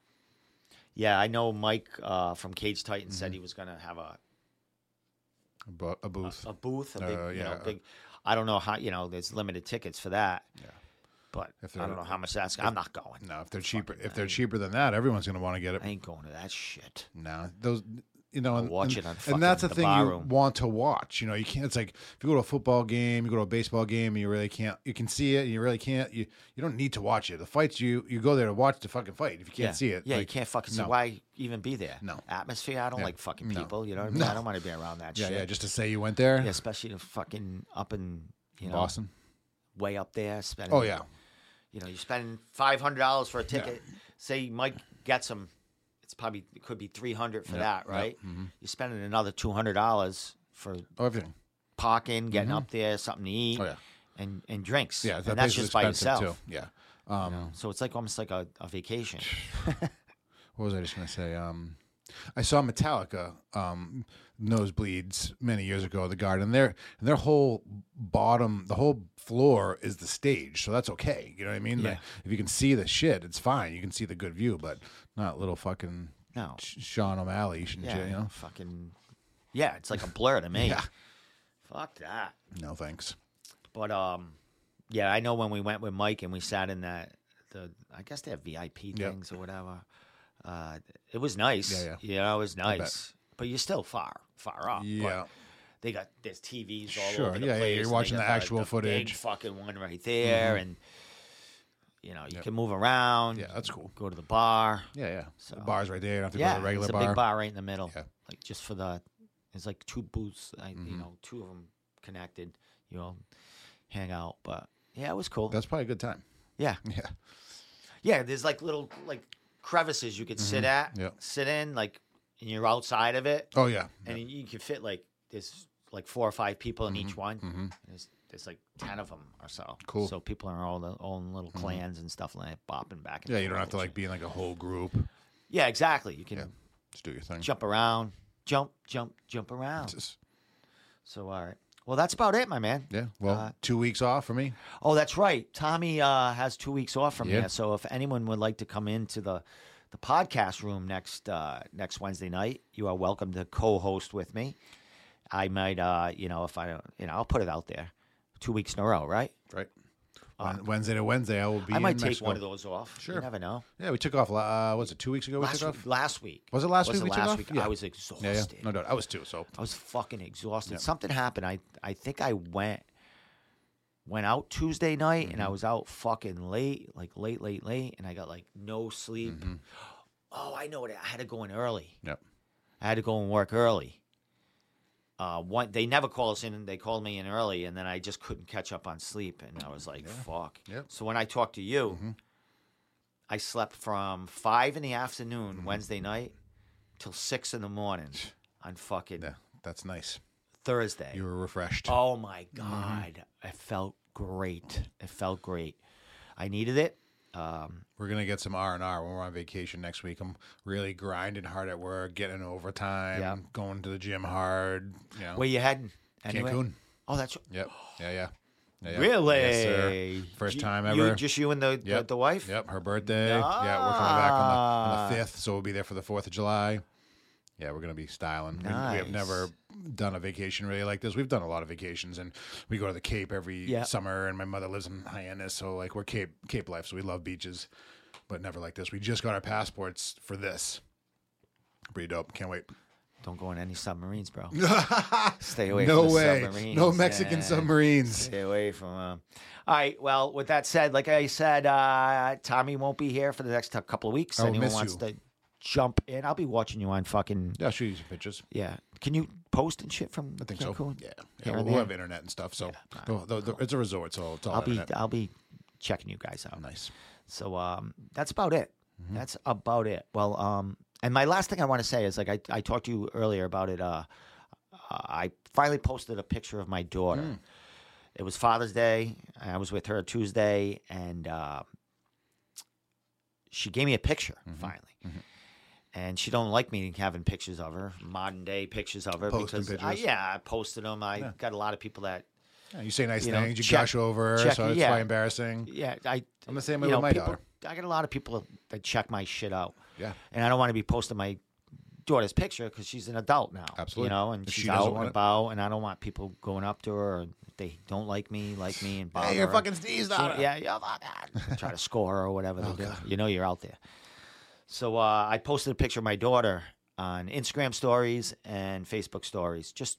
[SPEAKER 1] Yeah, I know Mike uh, from Cage Titan
[SPEAKER 2] Mm-hmm.
[SPEAKER 1] said he was going to have a,
[SPEAKER 2] A, bu- a booth.
[SPEAKER 1] a booth, a big,
[SPEAKER 2] Uh,
[SPEAKER 1] you
[SPEAKER 2] yeah,
[SPEAKER 1] know,
[SPEAKER 2] uh,
[SPEAKER 1] big. I don't know how you know. There's limited tickets for that. Yeah, but
[SPEAKER 2] If
[SPEAKER 1] I
[SPEAKER 2] they're-
[SPEAKER 1] don't know how much that's. I'm not going.
[SPEAKER 2] no, if they're cheaper, if they're cheaper than that, everyone's gonna want to get it.
[SPEAKER 1] I ain't going to that shit.
[SPEAKER 2] No, those you know, and,
[SPEAKER 1] watch it
[SPEAKER 2] and,
[SPEAKER 1] on
[SPEAKER 2] and that's the
[SPEAKER 1] fucking the
[SPEAKER 2] thing
[SPEAKER 1] bar
[SPEAKER 2] you
[SPEAKER 1] room.
[SPEAKER 2] want to watch. You know, you can't. It's like if you go to a football game, you go to a baseball game, and you really can't. You can see it, and you really can't. You you don't need to watch it. The fights, you you go there to watch the fucking fight. If you can't
[SPEAKER 1] yeah.
[SPEAKER 2] see it,
[SPEAKER 1] Yeah, you
[SPEAKER 2] like,
[SPEAKER 1] can't fucking see.
[SPEAKER 2] no.
[SPEAKER 1] Why even be there?
[SPEAKER 2] No.
[SPEAKER 1] atmosphere. I don't
[SPEAKER 2] Yeah.
[SPEAKER 1] like fucking
[SPEAKER 2] No.
[SPEAKER 1] people. You know what I mean? I don't want to be around that
[SPEAKER 2] Yeah,
[SPEAKER 1] shit.
[SPEAKER 2] yeah. Just to say you went there,
[SPEAKER 1] Yeah, especially the fucking up in you know
[SPEAKER 2] Boston.
[SPEAKER 1] way up there spending.
[SPEAKER 2] Oh yeah,
[SPEAKER 1] you know, you spend five hundred dollars for a ticket. Say Mike gets them, it's probably it could be three hundred for that, right?
[SPEAKER 2] mm-hmm.
[SPEAKER 1] You're spending another two hundred dollars for
[SPEAKER 2] oh, everything.
[SPEAKER 1] parking, getting up there, something to eat,
[SPEAKER 2] Mm-hmm. Oh, yeah.
[SPEAKER 1] and and drinks.
[SPEAKER 2] Yeah,
[SPEAKER 1] and that's
[SPEAKER 2] place is
[SPEAKER 1] just by
[SPEAKER 2] expensive,
[SPEAKER 1] yourself.
[SPEAKER 2] Too. Yeah. Um,
[SPEAKER 1] So it's like almost like a, a vacation.
[SPEAKER 2] What was I just gonna say? Um, I saw Metallica um, nosebleeds many years ago at the Garden. Their and their whole bottom, the whole floor is the stage, so that's okay. You know what I mean? Like, if you can see the shit, it's fine. You can see the good view, but not little fucking
[SPEAKER 1] No.
[SPEAKER 2] Sh- Sean O'Malley. And
[SPEAKER 1] Yeah,
[SPEAKER 2] shit, you know?
[SPEAKER 1] fucking. Yeah, it's like a blur to me.
[SPEAKER 2] Yeah.
[SPEAKER 1] Fuck that.
[SPEAKER 2] No thanks.
[SPEAKER 1] But um, yeah, I know when we went with Mike and we sat in that the I guess they have VIP
[SPEAKER 2] Yeah.
[SPEAKER 1] things or whatever. Uh, it was nice.
[SPEAKER 2] Yeah, yeah.
[SPEAKER 1] You know, it was nice. But you're still far, far up. Uh, But
[SPEAKER 2] Yeah.
[SPEAKER 1] they got there's TVs all
[SPEAKER 2] Sure,
[SPEAKER 1] over the
[SPEAKER 2] yeah, yeah,
[SPEAKER 1] place.
[SPEAKER 2] you're
[SPEAKER 1] and they
[SPEAKER 2] watching
[SPEAKER 1] got
[SPEAKER 2] the actual
[SPEAKER 1] big
[SPEAKER 2] footage. Mm-hmm.
[SPEAKER 1] fucking one right there, and you know you
[SPEAKER 2] Yep.
[SPEAKER 1] can move around.
[SPEAKER 2] Yeah, that's cool.
[SPEAKER 1] Go to the bar.
[SPEAKER 2] Yeah, yeah.
[SPEAKER 1] So-
[SPEAKER 2] the bar's right there. You don't have to
[SPEAKER 1] Yeah,
[SPEAKER 2] go to the regular
[SPEAKER 1] it's a
[SPEAKER 2] bar.
[SPEAKER 1] big bar right in the middle.
[SPEAKER 2] Yeah. Mm-hmm.
[SPEAKER 1] Like just for the, it's like two booths. I, You know, two of them connected. You know, hang out. But yeah, it was cool.
[SPEAKER 2] That's probably a good time.
[SPEAKER 1] yeah,
[SPEAKER 2] Yeah.
[SPEAKER 1] yeah. There's like little like crevices you could sit at,
[SPEAKER 2] Mm-hmm. Yeah.
[SPEAKER 1] sit in, like, and you're outside of it,
[SPEAKER 2] Oh yeah.
[SPEAKER 1] and you can fit like there's like four or five people in each one. There's there's like ten of them or so.
[SPEAKER 2] Mm-hmm. Mm. Cool. Mm-hmm.
[SPEAKER 1] So people are all their own little clans and stuff like that, bopping back. And
[SPEAKER 2] Yeah, you don't
[SPEAKER 1] forth
[SPEAKER 2] have to
[SPEAKER 1] and
[SPEAKER 2] like
[SPEAKER 1] shit.
[SPEAKER 2] be in like a whole group.
[SPEAKER 1] Yeah, exactly. You can
[SPEAKER 2] Yeah. Just do your thing.
[SPEAKER 1] jump around, jump, jump, jump around.
[SPEAKER 2] Just-
[SPEAKER 1] So all right. Well, that's about it, my man.
[SPEAKER 2] Yeah. Well,
[SPEAKER 1] Uh,
[SPEAKER 2] two weeks off for me.
[SPEAKER 1] Oh, that's right. Tommy uh, has two weeks off from
[SPEAKER 2] Yeah.
[SPEAKER 1] here, so if anyone would like to come into the the podcast room next uh, next Wednesday night, you are welcome to co-host with me. I might, uh, you know, if I, don't, you know, I'll put it out there. Two weeks in a row, right?
[SPEAKER 2] Right. Wen- Wednesday to Wednesday, I will be.
[SPEAKER 1] I might
[SPEAKER 2] in
[SPEAKER 1] take
[SPEAKER 2] Mexico.
[SPEAKER 1] one of those off. You
[SPEAKER 2] Sure.
[SPEAKER 1] never know.
[SPEAKER 2] Yeah, we took off. la- Uh, was it two weeks ago? We
[SPEAKER 1] Last
[SPEAKER 2] took
[SPEAKER 1] week,
[SPEAKER 2] off.
[SPEAKER 1] last week.
[SPEAKER 2] Was it last
[SPEAKER 1] was
[SPEAKER 2] week we took
[SPEAKER 1] last
[SPEAKER 2] off?
[SPEAKER 1] week?
[SPEAKER 2] Yeah.
[SPEAKER 1] I was
[SPEAKER 2] Yeah, yeah,
[SPEAKER 1] exhausted.
[SPEAKER 2] no doubt. I was too. So
[SPEAKER 1] I was fucking exhausted. Something happened. I I think I went went out Tuesday night and
[SPEAKER 2] Mm-hmm.
[SPEAKER 1] I was out fucking late, like late, late, late, and I got like no sleep.
[SPEAKER 2] Mm-hmm.
[SPEAKER 1] Oh, I know what I had to go in early.
[SPEAKER 2] yeah,
[SPEAKER 1] I had to go and work early. Uh, one, they never call us in. They called me in early, and then I just couldn't catch up on sleep, and I was like, "Fuck."
[SPEAKER 2] Yep. Mm-hmm.
[SPEAKER 1] So when I talked to you, I slept from five in the afternoon
[SPEAKER 2] Mm-hmm.
[SPEAKER 1] Wednesday night till six in the morning on fucking
[SPEAKER 2] yeah, that's nice.
[SPEAKER 1] Thursday.
[SPEAKER 2] You were refreshed.
[SPEAKER 1] Oh my
[SPEAKER 2] Mm-hmm.
[SPEAKER 1] God. It felt great. It felt great. I needed it. Um,
[SPEAKER 2] We're gonna get some R and R when we're on vacation next week. I'm really grinding hard at work, getting overtime,
[SPEAKER 1] Yeah.
[SPEAKER 2] going to the gym hard. You know,
[SPEAKER 1] where you heading? Anyway?
[SPEAKER 2] Oh. Cancun.
[SPEAKER 1] Oh, that's
[SPEAKER 2] Yep. Yeah, yeah. yeah, yeah.
[SPEAKER 1] really
[SPEAKER 2] Yes, sir. First
[SPEAKER 1] You-
[SPEAKER 2] time
[SPEAKER 1] You,
[SPEAKER 2] ever.
[SPEAKER 1] just you and the the,
[SPEAKER 2] Yep.
[SPEAKER 1] the wife.
[SPEAKER 2] Yep, her birthday. Yeah, we're coming back on the, on
[SPEAKER 1] Ah.
[SPEAKER 2] the fifth, so we'll be there for the fourth of July. Yeah, we're gonna be styling. We- We, have
[SPEAKER 1] Nice.
[SPEAKER 2] never done a vacation really like this. We've done a lot of vacations, and we go to the Cape every
[SPEAKER 1] Yeah.
[SPEAKER 2] summer. And my mother lives in Hyannis, so like we're Cape Cape life, so we love beaches, but never like this. We just got our passports for this. Pretty dope. Can't wait.
[SPEAKER 1] Don't go on any submarines, bro. Stay away.
[SPEAKER 2] no
[SPEAKER 1] from
[SPEAKER 2] way.
[SPEAKER 1] Submarines.
[SPEAKER 2] No Mexican
[SPEAKER 1] Yeah.
[SPEAKER 2] submarines.
[SPEAKER 1] Stay away from them. All right. Well, with that said, like I said, uh, Tommy won't be here for the next couple of weeks.
[SPEAKER 2] I will
[SPEAKER 1] Anyone
[SPEAKER 2] Oh, miss
[SPEAKER 1] wants
[SPEAKER 2] you.
[SPEAKER 1] to jump in, I'll be watching you on fucking
[SPEAKER 2] Yeah, I'll show you some pictures.
[SPEAKER 1] Yeah. Can you post and shit from
[SPEAKER 2] I think
[SPEAKER 1] Cancun?
[SPEAKER 2] so. Yeah, yeah
[SPEAKER 1] Here
[SPEAKER 2] we'll,
[SPEAKER 1] and
[SPEAKER 2] we'll
[SPEAKER 1] there.
[SPEAKER 2] have internet and stuff. So the- the- the- it's a resort, so it's all
[SPEAKER 1] I'll be
[SPEAKER 2] internet.
[SPEAKER 1] I'll be checking you guys out.
[SPEAKER 2] nice.
[SPEAKER 1] So um that's about it.
[SPEAKER 2] Mm-hmm.
[SPEAKER 1] That's about it. Well, um and my last thing I want to say is like I I talked to you earlier about it uh I finally posted a picture of my daughter.
[SPEAKER 2] Hmm.
[SPEAKER 1] It was Father's Day. I was with her Tuesday and uh, she gave me a picture
[SPEAKER 2] Mm-hmm.
[SPEAKER 1] finally. And she don't like me having pictures of her, modern day pictures of her
[SPEAKER 2] Posting
[SPEAKER 1] because I,
[SPEAKER 2] pictures.
[SPEAKER 1] yeah, I posted them. I got a lot of people that
[SPEAKER 2] Yeah, you say nice
[SPEAKER 1] you know,
[SPEAKER 2] things, you
[SPEAKER 1] check-
[SPEAKER 2] gush over,
[SPEAKER 1] check-
[SPEAKER 2] so it's
[SPEAKER 1] yeah.
[SPEAKER 2] quite embarrassing.
[SPEAKER 1] Yeah, I.
[SPEAKER 2] I'm the same
[SPEAKER 1] you
[SPEAKER 2] way with
[SPEAKER 1] know,
[SPEAKER 2] my
[SPEAKER 1] people-
[SPEAKER 2] daughter.
[SPEAKER 1] I get a lot of people that check my shit out.
[SPEAKER 2] Yeah.
[SPEAKER 1] and I don't want to be posting my daughter's picture because she's an adult now.
[SPEAKER 2] Absolutely.
[SPEAKER 1] you know, and
[SPEAKER 2] If
[SPEAKER 1] she's
[SPEAKER 2] she doesn't
[SPEAKER 1] out
[SPEAKER 2] want
[SPEAKER 1] and
[SPEAKER 2] it-
[SPEAKER 1] about, and I don't want people going up to her. And if they don't like me, like me, and bother
[SPEAKER 2] Hey, you're
[SPEAKER 1] her.
[SPEAKER 2] fucking sneezed on.
[SPEAKER 1] Yeah, yeah, fuck that. try to score her or whatever
[SPEAKER 2] Oh,
[SPEAKER 1] they do. You know, you're out there. So uh, I posted a picture of my daughter on Instagram stories and Facebook stories, just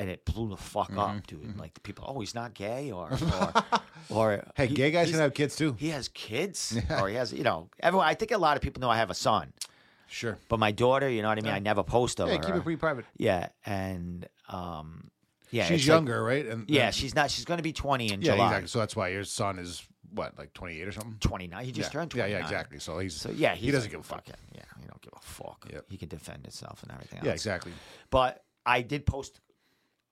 [SPEAKER 1] and it blew the fuck
[SPEAKER 2] Mm-hmm.
[SPEAKER 1] up, dude. Like the people, oh, he's not gay, or or, or
[SPEAKER 2] Hey,
[SPEAKER 1] he-
[SPEAKER 2] gay guys
[SPEAKER 1] he's-
[SPEAKER 2] can have kids too.
[SPEAKER 1] he has kids, or he has, you know, everyone. I think a lot of people know I have a son,
[SPEAKER 2] Sure.
[SPEAKER 1] but my daughter, you know what I mean. I never post of
[SPEAKER 2] Yeah,
[SPEAKER 1] her.
[SPEAKER 2] keep it pretty private.
[SPEAKER 1] yeah, and um, yeah,
[SPEAKER 2] She's
[SPEAKER 1] it's like-
[SPEAKER 2] younger, right? And
[SPEAKER 1] yeah,
[SPEAKER 2] and-
[SPEAKER 1] she's not. She's going to be twenty in
[SPEAKER 2] yeah,
[SPEAKER 1] July.
[SPEAKER 2] exactly. So that's why your son is what, like 28 or something?
[SPEAKER 1] 29. He just
[SPEAKER 2] yeah.
[SPEAKER 1] turned
[SPEAKER 2] Yeah,
[SPEAKER 1] 29.
[SPEAKER 2] yeah, exactly. So he's
[SPEAKER 1] So yeah,
[SPEAKER 2] he
[SPEAKER 1] he's
[SPEAKER 2] doesn't
[SPEAKER 1] like,
[SPEAKER 2] give a fuck.
[SPEAKER 1] it. Yeah, he don't give a fuck.
[SPEAKER 2] Yep.
[SPEAKER 1] He can defend himself and everything.
[SPEAKER 2] Yeah,
[SPEAKER 1] else.
[SPEAKER 2] exactly.
[SPEAKER 1] But I did post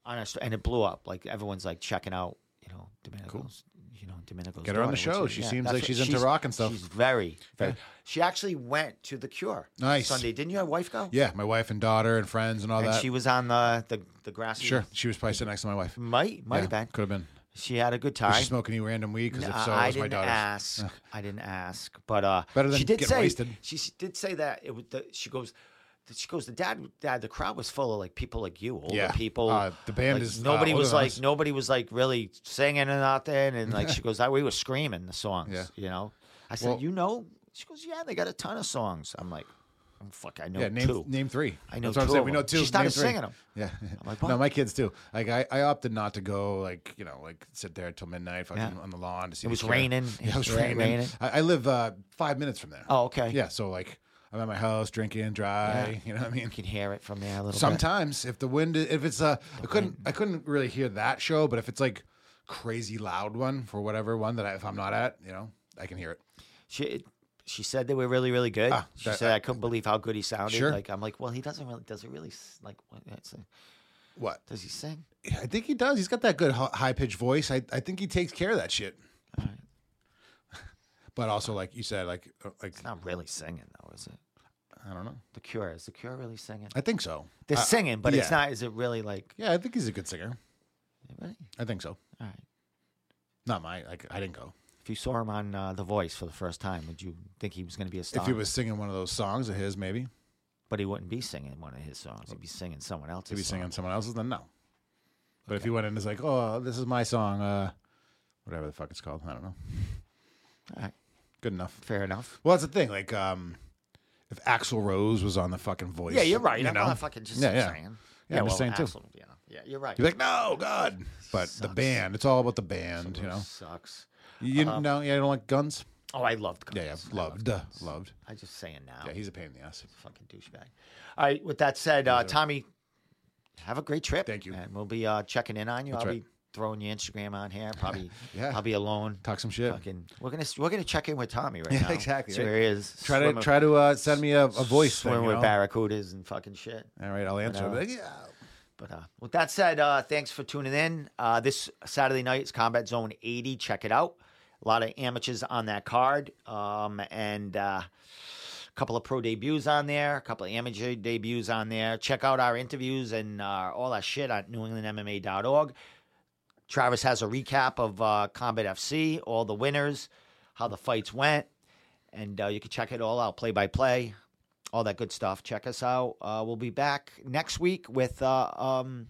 [SPEAKER 1] on a st- and it blew up. Like everyone's like checking out. You know, Domenico's. You know, Domenico's.
[SPEAKER 2] Get her on the
[SPEAKER 1] daughter,
[SPEAKER 2] show.
[SPEAKER 1] which is-
[SPEAKER 2] She
[SPEAKER 1] yeah,
[SPEAKER 2] seems
[SPEAKER 1] that's
[SPEAKER 2] like
[SPEAKER 1] what-
[SPEAKER 2] she's into rock and stuff.
[SPEAKER 1] She's very, very. She actually went to the Cure.
[SPEAKER 2] Nice.
[SPEAKER 1] Sunday, didn't your wife go?
[SPEAKER 2] Yeah, my wife and daughter and friends and all
[SPEAKER 1] And
[SPEAKER 2] that.
[SPEAKER 1] she was on the the the grassy.
[SPEAKER 2] sure. She was probably sitting next to my wife.
[SPEAKER 1] Might might have been.
[SPEAKER 2] Could have been.
[SPEAKER 1] She had a good
[SPEAKER 2] Was
[SPEAKER 1] time.
[SPEAKER 2] she smoking any random weed? Because if
[SPEAKER 1] I-
[SPEAKER 2] so,
[SPEAKER 1] I
[SPEAKER 2] it was my
[SPEAKER 1] didn't
[SPEAKER 2] daughter's.
[SPEAKER 1] ask. I didn't ask, but uh,
[SPEAKER 2] Better than
[SPEAKER 1] she did
[SPEAKER 2] getting
[SPEAKER 1] say
[SPEAKER 2] wasted.
[SPEAKER 1] she s- did say that it was. The, she goes, she goes. The dad, dad, the crowd was full of like people like you, older
[SPEAKER 2] Yeah.
[SPEAKER 1] people.
[SPEAKER 2] Uh, the band
[SPEAKER 1] Like,
[SPEAKER 2] is, uh,
[SPEAKER 1] nobody
[SPEAKER 2] older
[SPEAKER 1] was
[SPEAKER 2] than
[SPEAKER 1] like
[SPEAKER 2] us.
[SPEAKER 1] nobody was like really singing and nothing, and like she goes, that we were screaming the songs.
[SPEAKER 2] Yeah.
[SPEAKER 1] You know, I said,
[SPEAKER 2] Well-
[SPEAKER 1] you know, she goes, yeah, they got a ton of songs. I'm like, "Oh, fuck, I know
[SPEAKER 2] Yeah, name
[SPEAKER 1] two.
[SPEAKER 2] name three.
[SPEAKER 1] I know
[SPEAKER 2] That's what I'm
[SPEAKER 1] two
[SPEAKER 2] saying.
[SPEAKER 1] of
[SPEAKER 2] We know
[SPEAKER 1] them. She
[SPEAKER 2] two.
[SPEAKER 1] started
[SPEAKER 2] name three.
[SPEAKER 1] singing 'em.
[SPEAKER 2] Yeah.
[SPEAKER 1] like,
[SPEAKER 2] no,
[SPEAKER 1] what?
[SPEAKER 2] my kids too. Like I, I opted not to go. Like you know, like sit there till midnight fucking
[SPEAKER 1] Yeah.
[SPEAKER 2] on the lawn to see.
[SPEAKER 1] It
[SPEAKER 2] the
[SPEAKER 1] was
[SPEAKER 2] Cure.
[SPEAKER 1] raining.
[SPEAKER 2] Yeah, it was
[SPEAKER 1] Ra-
[SPEAKER 2] raining.
[SPEAKER 1] raining.
[SPEAKER 2] I, I live uh, five minutes from there.
[SPEAKER 1] Oh, okay.
[SPEAKER 2] Yeah. So like I'm at my house drinking dry.
[SPEAKER 1] Yeah.
[SPEAKER 2] You know what I mean.
[SPEAKER 1] You can hear it from there a little bit.
[SPEAKER 2] Sometimes if the wind, if it's uh, I couldn't, I couldn't really hear that show. But if it's like crazy loud one for whatever one that I, if I'm not at, you know, I can hear it.
[SPEAKER 1] She she said they were really really good.
[SPEAKER 2] Ah,
[SPEAKER 1] she
[SPEAKER 2] that-
[SPEAKER 1] said I couldn't believe how good he sounded.
[SPEAKER 2] Sure.
[SPEAKER 1] Like I'm like, well, he doesn't really does he really s- like what, that's a-
[SPEAKER 2] What?
[SPEAKER 1] does he sing?
[SPEAKER 2] I think he does. He's got that good high pitched voice. I, I think he takes care of that shit.
[SPEAKER 1] Alright.
[SPEAKER 2] But also, like you said, like uh, like
[SPEAKER 1] It's not really singing though, is it?
[SPEAKER 2] I don't know.
[SPEAKER 1] The Cure is the Cure really singing?
[SPEAKER 2] I think so.
[SPEAKER 1] They're
[SPEAKER 2] Uh,
[SPEAKER 1] singing, but it's
[SPEAKER 2] yeah.
[SPEAKER 1] not. Is it really like
[SPEAKER 2] Yeah, I think he's a good singer.
[SPEAKER 1] really?
[SPEAKER 2] I think so.
[SPEAKER 1] All right.
[SPEAKER 2] Not my like I didn't go.
[SPEAKER 1] If you saw him on uh, The Voice for the first time, would you think he was going to be a star?
[SPEAKER 2] If he was singing one of those songs of his, maybe
[SPEAKER 1] but he wouldn't be singing one of his songs. He'd be singing someone else's.
[SPEAKER 2] if he's
[SPEAKER 1] song.
[SPEAKER 2] singing someone else's, then no. But if he went in, and is like, oh, this is my song. Uh, whatever the fuck it's called. I don't know.
[SPEAKER 1] All right.
[SPEAKER 2] Good enough.
[SPEAKER 1] Fair enough.
[SPEAKER 2] Well, that's the thing. Like, um, if Axl Rose was on the fucking voice,
[SPEAKER 1] Yeah, you're right.
[SPEAKER 2] You
[SPEAKER 1] I'm
[SPEAKER 2] know,
[SPEAKER 1] not fucking just
[SPEAKER 2] Yeah, yeah.
[SPEAKER 1] saying.
[SPEAKER 2] Yeah, I'm just saying, too.
[SPEAKER 1] Axl, yeah. yeah, you're right.
[SPEAKER 2] you're like, no, God. But the band, it's all about the band. You know,
[SPEAKER 1] sucks.
[SPEAKER 2] you
[SPEAKER 1] Uh-huh.
[SPEAKER 2] know, yeah, you don't like guns.
[SPEAKER 1] Oh, I loved. Guns.
[SPEAKER 2] Yeah, yeah, loved, uh, loved.
[SPEAKER 1] I just saying now.
[SPEAKER 2] Yeah, he's a pain in the ass.
[SPEAKER 1] fucking douchebag. All right. With that said, uh, Tommy, have a great trip.
[SPEAKER 2] Thank you.
[SPEAKER 1] And we'll be uh, checking in on you. I'll
[SPEAKER 2] right.
[SPEAKER 1] be throwing your Instagram on here. Probably.
[SPEAKER 2] Yeah.
[SPEAKER 1] I'll be alone.
[SPEAKER 2] Talk some shit.
[SPEAKER 1] Fucking. We're gonna we're gonna check in with Tommy right
[SPEAKER 2] Yeah,
[SPEAKER 1] now.
[SPEAKER 2] exactly,
[SPEAKER 1] See
[SPEAKER 2] right.
[SPEAKER 1] where he is.
[SPEAKER 2] Try
[SPEAKER 1] Swim
[SPEAKER 2] to
[SPEAKER 1] with-
[SPEAKER 2] try to uh, send me a, a voice.
[SPEAKER 1] Swim
[SPEAKER 2] Thing, you
[SPEAKER 1] with
[SPEAKER 2] know?
[SPEAKER 1] barracudas and fucking shit.
[SPEAKER 2] All right, I'll answer.
[SPEAKER 1] know.
[SPEAKER 2] But, yeah.
[SPEAKER 1] But uh, with that said, uh, thanks for tuning in. Uh, this Saturday night is Combat Zone 80. Check it out. A lot of amateurs on that card, um, and uh, a couple of pro debuts on there, a couple of amateur debuts on there. Check out our interviews and uh, all that shit at NewEnglandMMA.org. Travis has a recap of uh, Combat FC, all the winners, how the fights went, and uh, you can check it all out play by play, all that good stuff. Check us out. Uh, we'll be back next week with uh, um,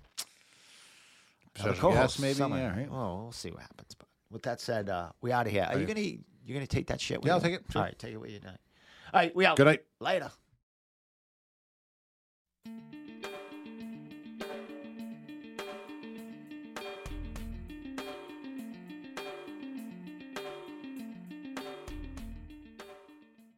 [SPEAKER 2] Special
[SPEAKER 1] another co-host,
[SPEAKER 2] guest, maybe?
[SPEAKER 1] someone.
[SPEAKER 2] Yeah, right.
[SPEAKER 1] Well, we'll see what happens. But with that said, uh, we out of here. Are you
[SPEAKER 2] yeah.
[SPEAKER 1] gonna you're gonna take that shit? With
[SPEAKER 2] Yeah, I'll
[SPEAKER 1] you?
[SPEAKER 2] take it. Sure.
[SPEAKER 1] All right, take it with you. tonight. All right, we out.
[SPEAKER 2] Good night.
[SPEAKER 1] Later.